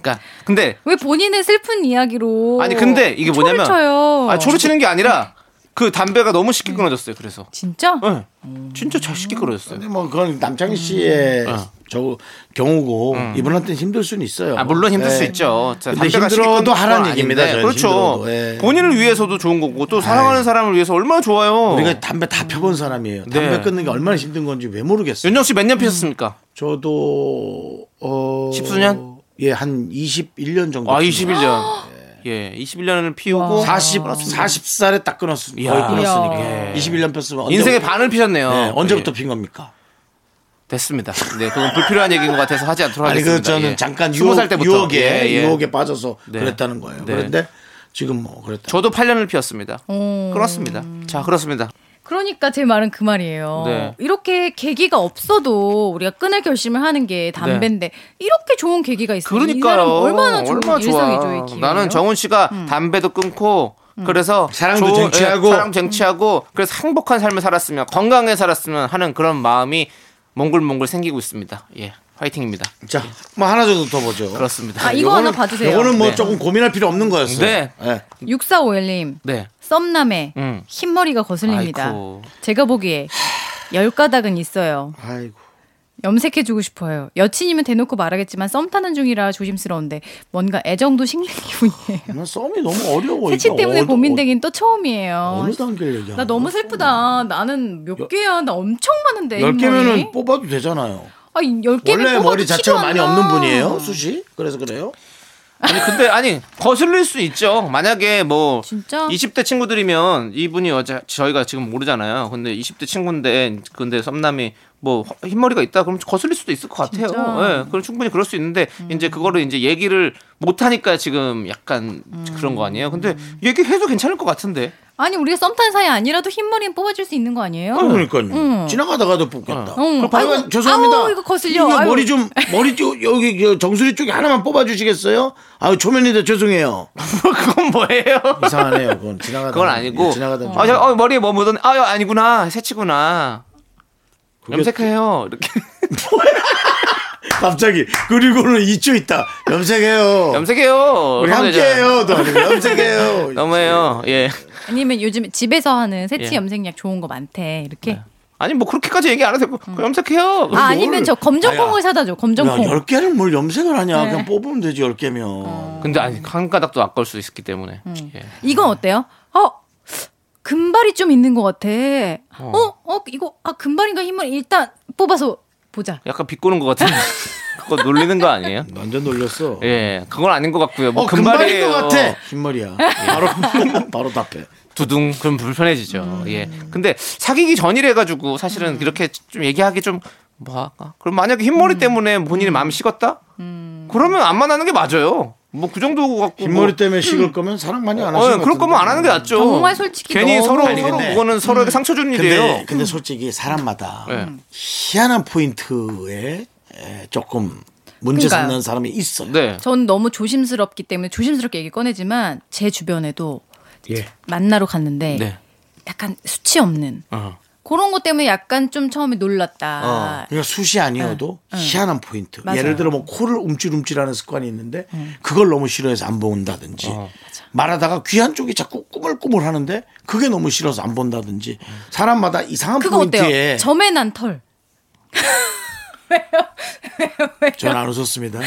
[SPEAKER 2] 그러니까 근데
[SPEAKER 5] 왜 본인의 슬픈 이야기로?
[SPEAKER 2] 아니 근데 이게 뭐냐면
[SPEAKER 5] 초를 쳐요. 음.
[SPEAKER 2] 아니, 초를 치는 게 아니라 그 담배가 너무 쉽게 끊어졌어요. 그래서
[SPEAKER 5] 진짜?
[SPEAKER 2] 예.
[SPEAKER 5] 음.
[SPEAKER 2] 진짜 잘 쉽게 끊어졌어요.
[SPEAKER 1] 근데 뭐 그건 남창희 씨의 저 경우고 이분한테는 힘들 수는 있어요.
[SPEAKER 2] 어. 음. 아, 물론 힘들
[SPEAKER 1] 네.
[SPEAKER 2] 수 있죠. 자,
[SPEAKER 1] 근데
[SPEAKER 2] 담배가
[SPEAKER 1] 힘들어도
[SPEAKER 2] 시키는 건
[SPEAKER 1] 하라는
[SPEAKER 2] 아닌데.
[SPEAKER 1] 얘기입니다, 저는
[SPEAKER 2] 그렇죠.
[SPEAKER 1] 힘들어도. 예.
[SPEAKER 2] 본인을 위해서도 좋은 거고 또 사랑하는 사람을 위해서 얼마나 좋아요.
[SPEAKER 1] 우리가 담배 다 펴본 사람이에요. 담배
[SPEAKER 2] 네.
[SPEAKER 1] 끊는 게 얼마나 힘든 건지 왜 모르겠어요.
[SPEAKER 2] 윤정 씨 몇 년 피셨습니까?
[SPEAKER 1] 저도 어
[SPEAKER 2] 십수년?
[SPEAKER 1] 예, 한 음. 21년 정도.
[SPEAKER 2] 아, 21년. 예, 21년을 피우고
[SPEAKER 1] 40 40살에 딱 끊었 거의
[SPEAKER 2] 이야.
[SPEAKER 1] 끊었으니까.
[SPEAKER 2] 이야.
[SPEAKER 1] 21년 폈으면 언제-
[SPEAKER 2] 인생의 반을 피셨네요.
[SPEAKER 1] 네, 언제부터
[SPEAKER 2] 예.
[SPEAKER 1] 핀 겁니까?
[SPEAKER 2] 됐습니다. 네, 그건 불필요한 얘기인 것 같아서 하지 않도록
[SPEAKER 1] 아니
[SPEAKER 2] 하겠습니다.
[SPEAKER 1] 그 저는
[SPEAKER 2] 예.
[SPEAKER 1] 잠깐
[SPEAKER 2] 스무
[SPEAKER 1] 유혹,
[SPEAKER 2] 살 때부터.
[SPEAKER 1] 유혹에
[SPEAKER 2] 예, 예.
[SPEAKER 1] 유혹에 빠져서
[SPEAKER 2] 네.
[SPEAKER 1] 그랬다는 거예요.
[SPEAKER 2] 네.
[SPEAKER 1] 그런데 지금 뭐 그랬다.
[SPEAKER 2] 저도 8년을 피웠습니다. 그렇습니다. 자, 그렇습니다.
[SPEAKER 5] 그러니까 제 말은 그 말이에요.
[SPEAKER 2] 네.
[SPEAKER 5] 이렇게 계기가 없어도 우리가 끊을 결심을 하는 게 담배인데 이렇게 좋은 계기가 있어요.
[SPEAKER 2] 네. 그러니까요.
[SPEAKER 5] 얼마나 좋은 음.
[SPEAKER 2] 얼마나
[SPEAKER 5] 일석이조의 기회.
[SPEAKER 2] 나는 정훈 씨가 담배도 끊고 그래서
[SPEAKER 1] 사랑도 쟁취하고.
[SPEAKER 2] 예, 사랑 쟁취하고 그래서 행복한 삶을 살았으면 건강하게 살았으면 하는 그런 마음이 몽글몽글 생기고 있습니다. 예. 화이팅입니다.
[SPEAKER 1] 자, 뭐 하나 정도 더 보죠.
[SPEAKER 2] 그렇습니다.
[SPEAKER 5] 아, 이거
[SPEAKER 1] 요거는-
[SPEAKER 5] 하나 봐주세요.
[SPEAKER 1] 요거는 뭐
[SPEAKER 2] 네.
[SPEAKER 1] 조금 고민할 필요 없는 거였어요.
[SPEAKER 2] 네.
[SPEAKER 1] 예.
[SPEAKER 5] 6451님.
[SPEAKER 2] 네.
[SPEAKER 5] 썸남에
[SPEAKER 2] 음.
[SPEAKER 5] 흰머리가 거슬립니다.
[SPEAKER 2] 아이고.
[SPEAKER 5] 제가 보기에 열 가닥은 있어요.
[SPEAKER 1] 아이고.
[SPEAKER 5] 염색해주고 싶어요. 여친이면 대놓고 말하겠지만 썸 타는 중이라 조심스러운데 뭔가 애정도 식는 기분이에요.
[SPEAKER 1] 난 썸이 너무 (laughs) 어려워.
[SPEAKER 5] 새치
[SPEAKER 1] 이거
[SPEAKER 5] 때문에
[SPEAKER 1] 어디-
[SPEAKER 5] 고민되긴 또 처음이에요.
[SPEAKER 1] 어느 단계를 얘기하는
[SPEAKER 5] 나 너무
[SPEAKER 1] 거야?
[SPEAKER 5] 슬프다. 나는 몇 개야? 나 엄청 많은데.
[SPEAKER 1] 열
[SPEAKER 5] 흰머리.
[SPEAKER 1] 개면은 뽑아도 되잖아요.
[SPEAKER 5] 아, 열 개면
[SPEAKER 1] 원래
[SPEAKER 5] 뽑아도
[SPEAKER 1] 머리
[SPEAKER 5] 티가
[SPEAKER 1] 자체가
[SPEAKER 5] 안
[SPEAKER 1] 많이
[SPEAKER 5] 나.
[SPEAKER 1] 없는 분이에요, 수시. 그래서 그래요.
[SPEAKER 2] 아니 근데 아니 거슬릴 수 있죠. 만약에 뭐
[SPEAKER 5] 진짜?
[SPEAKER 2] 20대 친구들이면 이분이 어제 저희가 지금 모르잖아요. 근데 20대 친구인데 근데 썸남이 뭐 흰머리가 있다 그럼 거슬릴 수도 있을 것 같아요.
[SPEAKER 5] 진짜? 음.
[SPEAKER 2] 예. 그럼 충분히 그럴 수 있는데 이제 그거를 이제 얘기를 못 하니까 지금 약간
[SPEAKER 5] 음.
[SPEAKER 2] 그런 거 아니에요. 근데 얘기해도 괜찮을 것 같은데. (laughs)
[SPEAKER 5] 아니 우리가 썸 탄 사이 아니라도 흰머리는 뽑아줄 수 있는 거 아니에요?
[SPEAKER 1] 그러니까요. 지나가다가도 뽑겠다.
[SPEAKER 5] 응.
[SPEAKER 1] 그럼 방금
[SPEAKER 5] 아이고,
[SPEAKER 1] 죄송합니다.
[SPEAKER 5] 아우, 이거 거슬려.
[SPEAKER 1] 이거
[SPEAKER 5] 아유.
[SPEAKER 1] 머리 좀 머리 쪽 여기 저 정수리 쪽에 하나만 뽑아주시겠어요? 아유 초면인데 죄송해요.
[SPEAKER 2] 그건 뭐예요?
[SPEAKER 1] 이상하네요. 그건 지나가다. 예,
[SPEAKER 2] 그건 아니고.
[SPEAKER 1] 음, 지나가다.
[SPEAKER 2] 아, 저, 어, 머리에 뭐 묻었네. 아유 아니구나. 새치구나.
[SPEAKER 1] 그
[SPEAKER 2] 염색해요. 이렇게 (laughs)
[SPEAKER 1] 갑자기 그리고는 2초 있다. 염색해요.
[SPEAKER 2] 염색해요.
[SPEAKER 1] 우리
[SPEAKER 2] 하면 되잖아요.
[SPEAKER 1] 함께해요. 또 아니고 염색해요.
[SPEAKER 2] (laughs) 너무해요. 예.
[SPEAKER 5] 아니면 요즘 집에서 하는 세치
[SPEAKER 2] 예.
[SPEAKER 5] 염색약 좋은 거 많대. 이렇게.
[SPEAKER 1] 네.
[SPEAKER 2] 아니 뭐 그렇게까지 얘기 안 해도 되고 그냥 염색해요.
[SPEAKER 5] 아 아니면 저 검정콩을 사다 줘.
[SPEAKER 1] 야,
[SPEAKER 5] 검정콩.
[SPEAKER 1] 열 개를 뭘 염색을
[SPEAKER 5] 네.
[SPEAKER 1] 하냐? 그냥 뽑으면 되지 열 개면.
[SPEAKER 2] 근데 아니 한 가닥도 아까울 수 있기 때문에. 예.
[SPEAKER 5] 이건 어때요? 어 금발이 좀 있는 것 같아. 어 어 이거 아 금발인가 흰머리 일단 뽑아서 보자.
[SPEAKER 2] 약간 비꼬는 것 같은데. (laughs) 그거 놀리는 거 아니에요?
[SPEAKER 1] 완전 놀렸어.
[SPEAKER 2] 예, 그건 아닌 것 같고요. 뭐
[SPEAKER 1] 어, 금발인
[SPEAKER 2] 금발이에요. 예.
[SPEAKER 1] 것 같아. (laughs) 흰머리야.
[SPEAKER 2] (laughs)
[SPEAKER 1] 바로 바로 답해.
[SPEAKER 2] 두둥 그럼 불편해지죠. 예. 근데 사귀기 전이래 가지고 사실은 이렇게 좀 얘기하기 좀 뭐 할까? 그럼 만약에 흰머리 때문에 본인이 마음이 식었다? 그러면 안 만나는 게 맞아요. 뭐 그 정도 갖고
[SPEAKER 1] 흰머리 때문에 식을 거면 사랑 많이 안
[SPEAKER 2] 뭐, 어,
[SPEAKER 1] 하시는
[SPEAKER 2] 그럴 거면 안 하는 게 낫죠.
[SPEAKER 5] 정말 솔직히
[SPEAKER 2] 괜히
[SPEAKER 5] 너무-
[SPEAKER 2] 서로
[SPEAKER 1] 아니,
[SPEAKER 2] 서로
[SPEAKER 1] 근데-
[SPEAKER 2] 그거는 서로에게 상처 주는
[SPEAKER 1] 근데
[SPEAKER 2] 일이에요.
[SPEAKER 1] 근데 솔직히 사람마다
[SPEAKER 2] 예.
[SPEAKER 1] 희한한 포인트에 에, 조금 문제
[SPEAKER 5] 그러니까요.
[SPEAKER 1] 삼는 사람이 있어요.
[SPEAKER 2] 네.
[SPEAKER 5] 전 너무 조심스럽기 때문에 조심스럽게 얘기 꺼내지만 제 주변에도 만나러 갔는데
[SPEAKER 2] 예. 네.
[SPEAKER 5] 약간 수치 없는
[SPEAKER 2] 어.
[SPEAKER 5] 그런 것 때문에 약간 좀 처음에 놀랐다.
[SPEAKER 1] 그러니까 숱이 아니어도 희한한 포인트.
[SPEAKER 5] 아. 맞아요.
[SPEAKER 1] 예를 들어 뭐 코를 움찔움찔하는 습관이 있는데 그걸 너무 싫어해서 안 본다든지 말하다가 귀한 쪽이 자꾸 꾸물꾸물 하는데 그게 너무 싫어서 안 본다든지
[SPEAKER 2] 그
[SPEAKER 1] 사람마다 이상한
[SPEAKER 5] 그거 어때요?
[SPEAKER 1] 포인트에
[SPEAKER 5] 점에 난 털. 왜요?
[SPEAKER 1] 전 안 웃었습니다.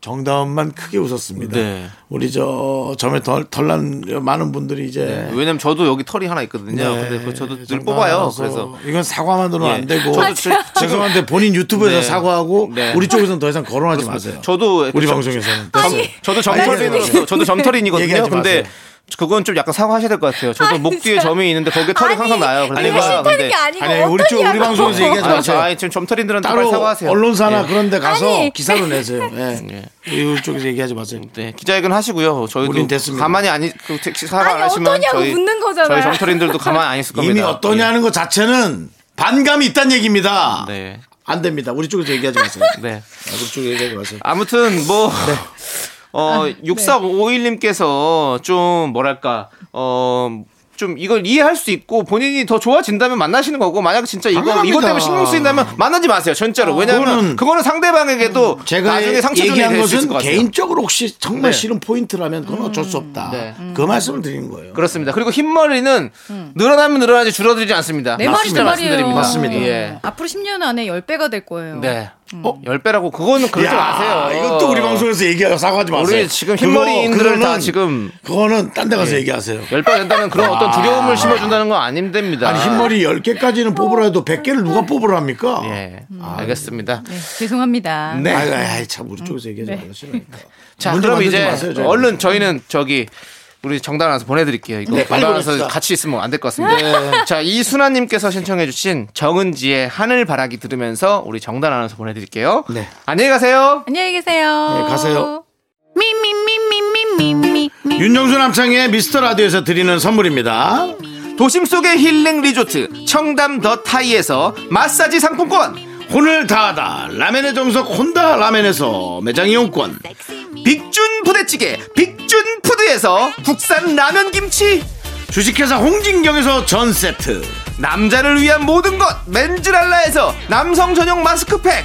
[SPEAKER 1] 정다운만 크게 웃었습니다.
[SPEAKER 2] 네.
[SPEAKER 1] 우리 저 점에 덜, 덜난 많은 분들이 이제
[SPEAKER 2] 왜냐면 저도 여기 털이 하나 있거든요.
[SPEAKER 1] 네,
[SPEAKER 2] 네. 근데 그거 저도 늘
[SPEAKER 1] 정말
[SPEAKER 2] 뽑아요.
[SPEAKER 1] 알아서. 어.
[SPEAKER 2] 그래서
[SPEAKER 1] 이건 사과만으로는
[SPEAKER 2] 예.
[SPEAKER 1] 안 되고
[SPEAKER 2] 저도 지-
[SPEAKER 1] (laughs) 죄송한데 본인 유튜브에서
[SPEAKER 2] 네.
[SPEAKER 1] 사과하고
[SPEAKER 2] 네.
[SPEAKER 1] 우리 쪽에서는 더 이상 거론하지 마세요.
[SPEAKER 2] 저도
[SPEAKER 1] 우리
[SPEAKER 2] 저-
[SPEAKER 1] 방송에서는 얘기하지
[SPEAKER 2] 저도
[SPEAKER 1] 마세요.
[SPEAKER 2] 점털인 저도 점털인이거든요.
[SPEAKER 1] 얘기하지
[SPEAKER 2] 근데
[SPEAKER 1] 마세요.
[SPEAKER 2] 그건 좀 약간 사과하셔야 될 것 같아요. 저도
[SPEAKER 5] 아니,
[SPEAKER 2] 목 뒤에
[SPEAKER 5] 진짜.
[SPEAKER 2] 점이 있는데 거기에 털이 항상 나요. 그래서
[SPEAKER 5] 아니,
[SPEAKER 2] 제가
[SPEAKER 5] 싫다는 게 아니고
[SPEAKER 1] 아니, 아니, 우리 쪽 우리
[SPEAKER 5] 어떠냐고.
[SPEAKER 1] 방송에서 얘기하지
[SPEAKER 2] 아, 저
[SPEAKER 1] 마세요.
[SPEAKER 2] 아니 지금 점털인들은 빨리
[SPEAKER 1] 따로
[SPEAKER 2] 사과하세요.
[SPEAKER 1] 언론사나
[SPEAKER 2] 예.
[SPEAKER 1] 그런 데 가서
[SPEAKER 5] 아니.
[SPEAKER 1] 기사로 내세요. 예. 이쪽에서 얘기하지 마세요.
[SPEAKER 2] 네, 기자회견 하시고요. 저희도
[SPEAKER 1] 우린 됐습니다.
[SPEAKER 2] 가만히 안 있, 그 택시 사과 안
[SPEAKER 5] 아니,
[SPEAKER 2] 하시면
[SPEAKER 5] 어떠냐고
[SPEAKER 2] 저희
[SPEAKER 5] 묻는 거잖아요.
[SPEAKER 2] 저희 정털인들도 가만히 안 있을 겁니다.
[SPEAKER 1] 이미 어떠냐는 것 자체는 반감이 있다는 얘기입니다.
[SPEAKER 2] 예. 네.
[SPEAKER 1] 안 됩니다. 우리 쪽에서 얘기하지 마세요.
[SPEAKER 2] (laughs) 네.
[SPEAKER 1] 우리 쪽에서 얘기하지 마세요.
[SPEAKER 2] 아무튼 뭐 어, 6351님께서 좀 뭐랄까 어. 좀 이걸 이해할 수 있고 본인이 더 좋아진다면 만나시는 거고 만약에 진짜 이거
[SPEAKER 1] 당연합니다.
[SPEAKER 2] 이것 때문에 신경 쓰인다면 만나지 마세요 진짜로 왜냐하면 그거는,
[SPEAKER 1] 그거는- 음,
[SPEAKER 2] 상대방에게도
[SPEAKER 1] 제가
[SPEAKER 2] 나중에 상처주는
[SPEAKER 1] 얘기한
[SPEAKER 2] 될수 있을
[SPEAKER 1] 것은
[SPEAKER 2] 것 같아요
[SPEAKER 1] 개인적으로 혹시 정말
[SPEAKER 2] 네.
[SPEAKER 1] 싫은 포인트라면 그건 어쩔 수 없다.
[SPEAKER 2] 네. 음.
[SPEAKER 1] 그 말씀을 드리는 거예요.
[SPEAKER 2] 그렇습니다 그리고 흰머리는 늘어나면 늘어나지 줄어들지 않습니다
[SPEAKER 5] 내 말이 내
[SPEAKER 2] 맞습니다.
[SPEAKER 5] 말이에요.
[SPEAKER 2] 말씀드립니다.
[SPEAKER 5] 예.
[SPEAKER 2] 예.
[SPEAKER 5] 앞으로 10년 안에 10배가 될 거예요.
[SPEAKER 2] 네. 어? 10배라고 그거는 그러지 마세요
[SPEAKER 1] 이것도 우리 방송에서 얘기하고 사과하지 마세요.
[SPEAKER 2] 우리 지금 흰머리인들을 다 지금- 예.
[SPEAKER 1] 그거는 딴 데 가서 얘기하세요.
[SPEAKER 2] 10배 된다는 그런 어떤 두려움을 심어준다는 건 아닙니다
[SPEAKER 1] 아니 흰머리 10개까지는 뽑으라 해도 100개를 누가 뽑으라 합니까?
[SPEAKER 2] 예 알겠습니다
[SPEAKER 5] 네, 죄송합니다.
[SPEAKER 1] 네. 아이, 아이, 참 우리 쪽에서 얘기하지 말라시니까
[SPEAKER 2] 자,
[SPEAKER 1] 문제
[SPEAKER 2] 그럼
[SPEAKER 1] 만들지
[SPEAKER 2] 이제
[SPEAKER 1] 마세요, 저희는.
[SPEAKER 2] 얼른 저희는 저기 우리 정단 와서 보내드릴게요. 이거
[SPEAKER 1] 네, 빨리
[SPEAKER 2] 정단 와서
[SPEAKER 1] 보냅시다. 네.
[SPEAKER 2] 같이 있으면 안 될 것 같습니다. 자, 이순아님께서 신청해주신 정은지의 하늘 바라기 들으면서 우리 정단 와서 보내드릴게요.
[SPEAKER 1] 네.
[SPEAKER 2] 안녕히 가세요.
[SPEAKER 5] 안녕히 계세요.
[SPEAKER 1] 네, 가세요.
[SPEAKER 5] 미미미미미미미.
[SPEAKER 1] 윤정수 남창의 미스터 라디오에서 드리는 선물입니다.
[SPEAKER 2] 도심 속의 힐링 리조트 청담 더 타이에서 마사지 상품권.
[SPEAKER 1] 혼을 다하다 라멘의 정석 혼다 라멘에서 매장 이용권
[SPEAKER 2] 빅준 부대찌개 빅준 푸드에서 국산 라면 김치.
[SPEAKER 1] 주식회사 홍진경에서 전 세트
[SPEAKER 2] 남자를 위한 모든 것 맨즈랄라에서 남성 전용 마스크팩.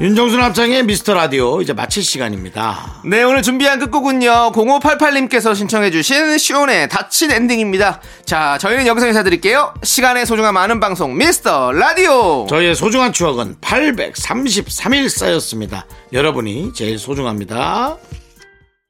[SPEAKER 1] 윤정수 남창의 미스터 라디오 이제 마칠 시간입니다
[SPEAKER 2] 네 오늘 준비한 끝곡은요 0588님께서 신청해 주신 시온의 닫힌 엔딩입니다 자 저희는 여기서 인사드릴게요 시간의 소중함 아는 방송 미스터 라디오
[SPEAKER 1] 저희의 소중한 추억은 833일 쌓였습니다 여러분이 제일 소중합니다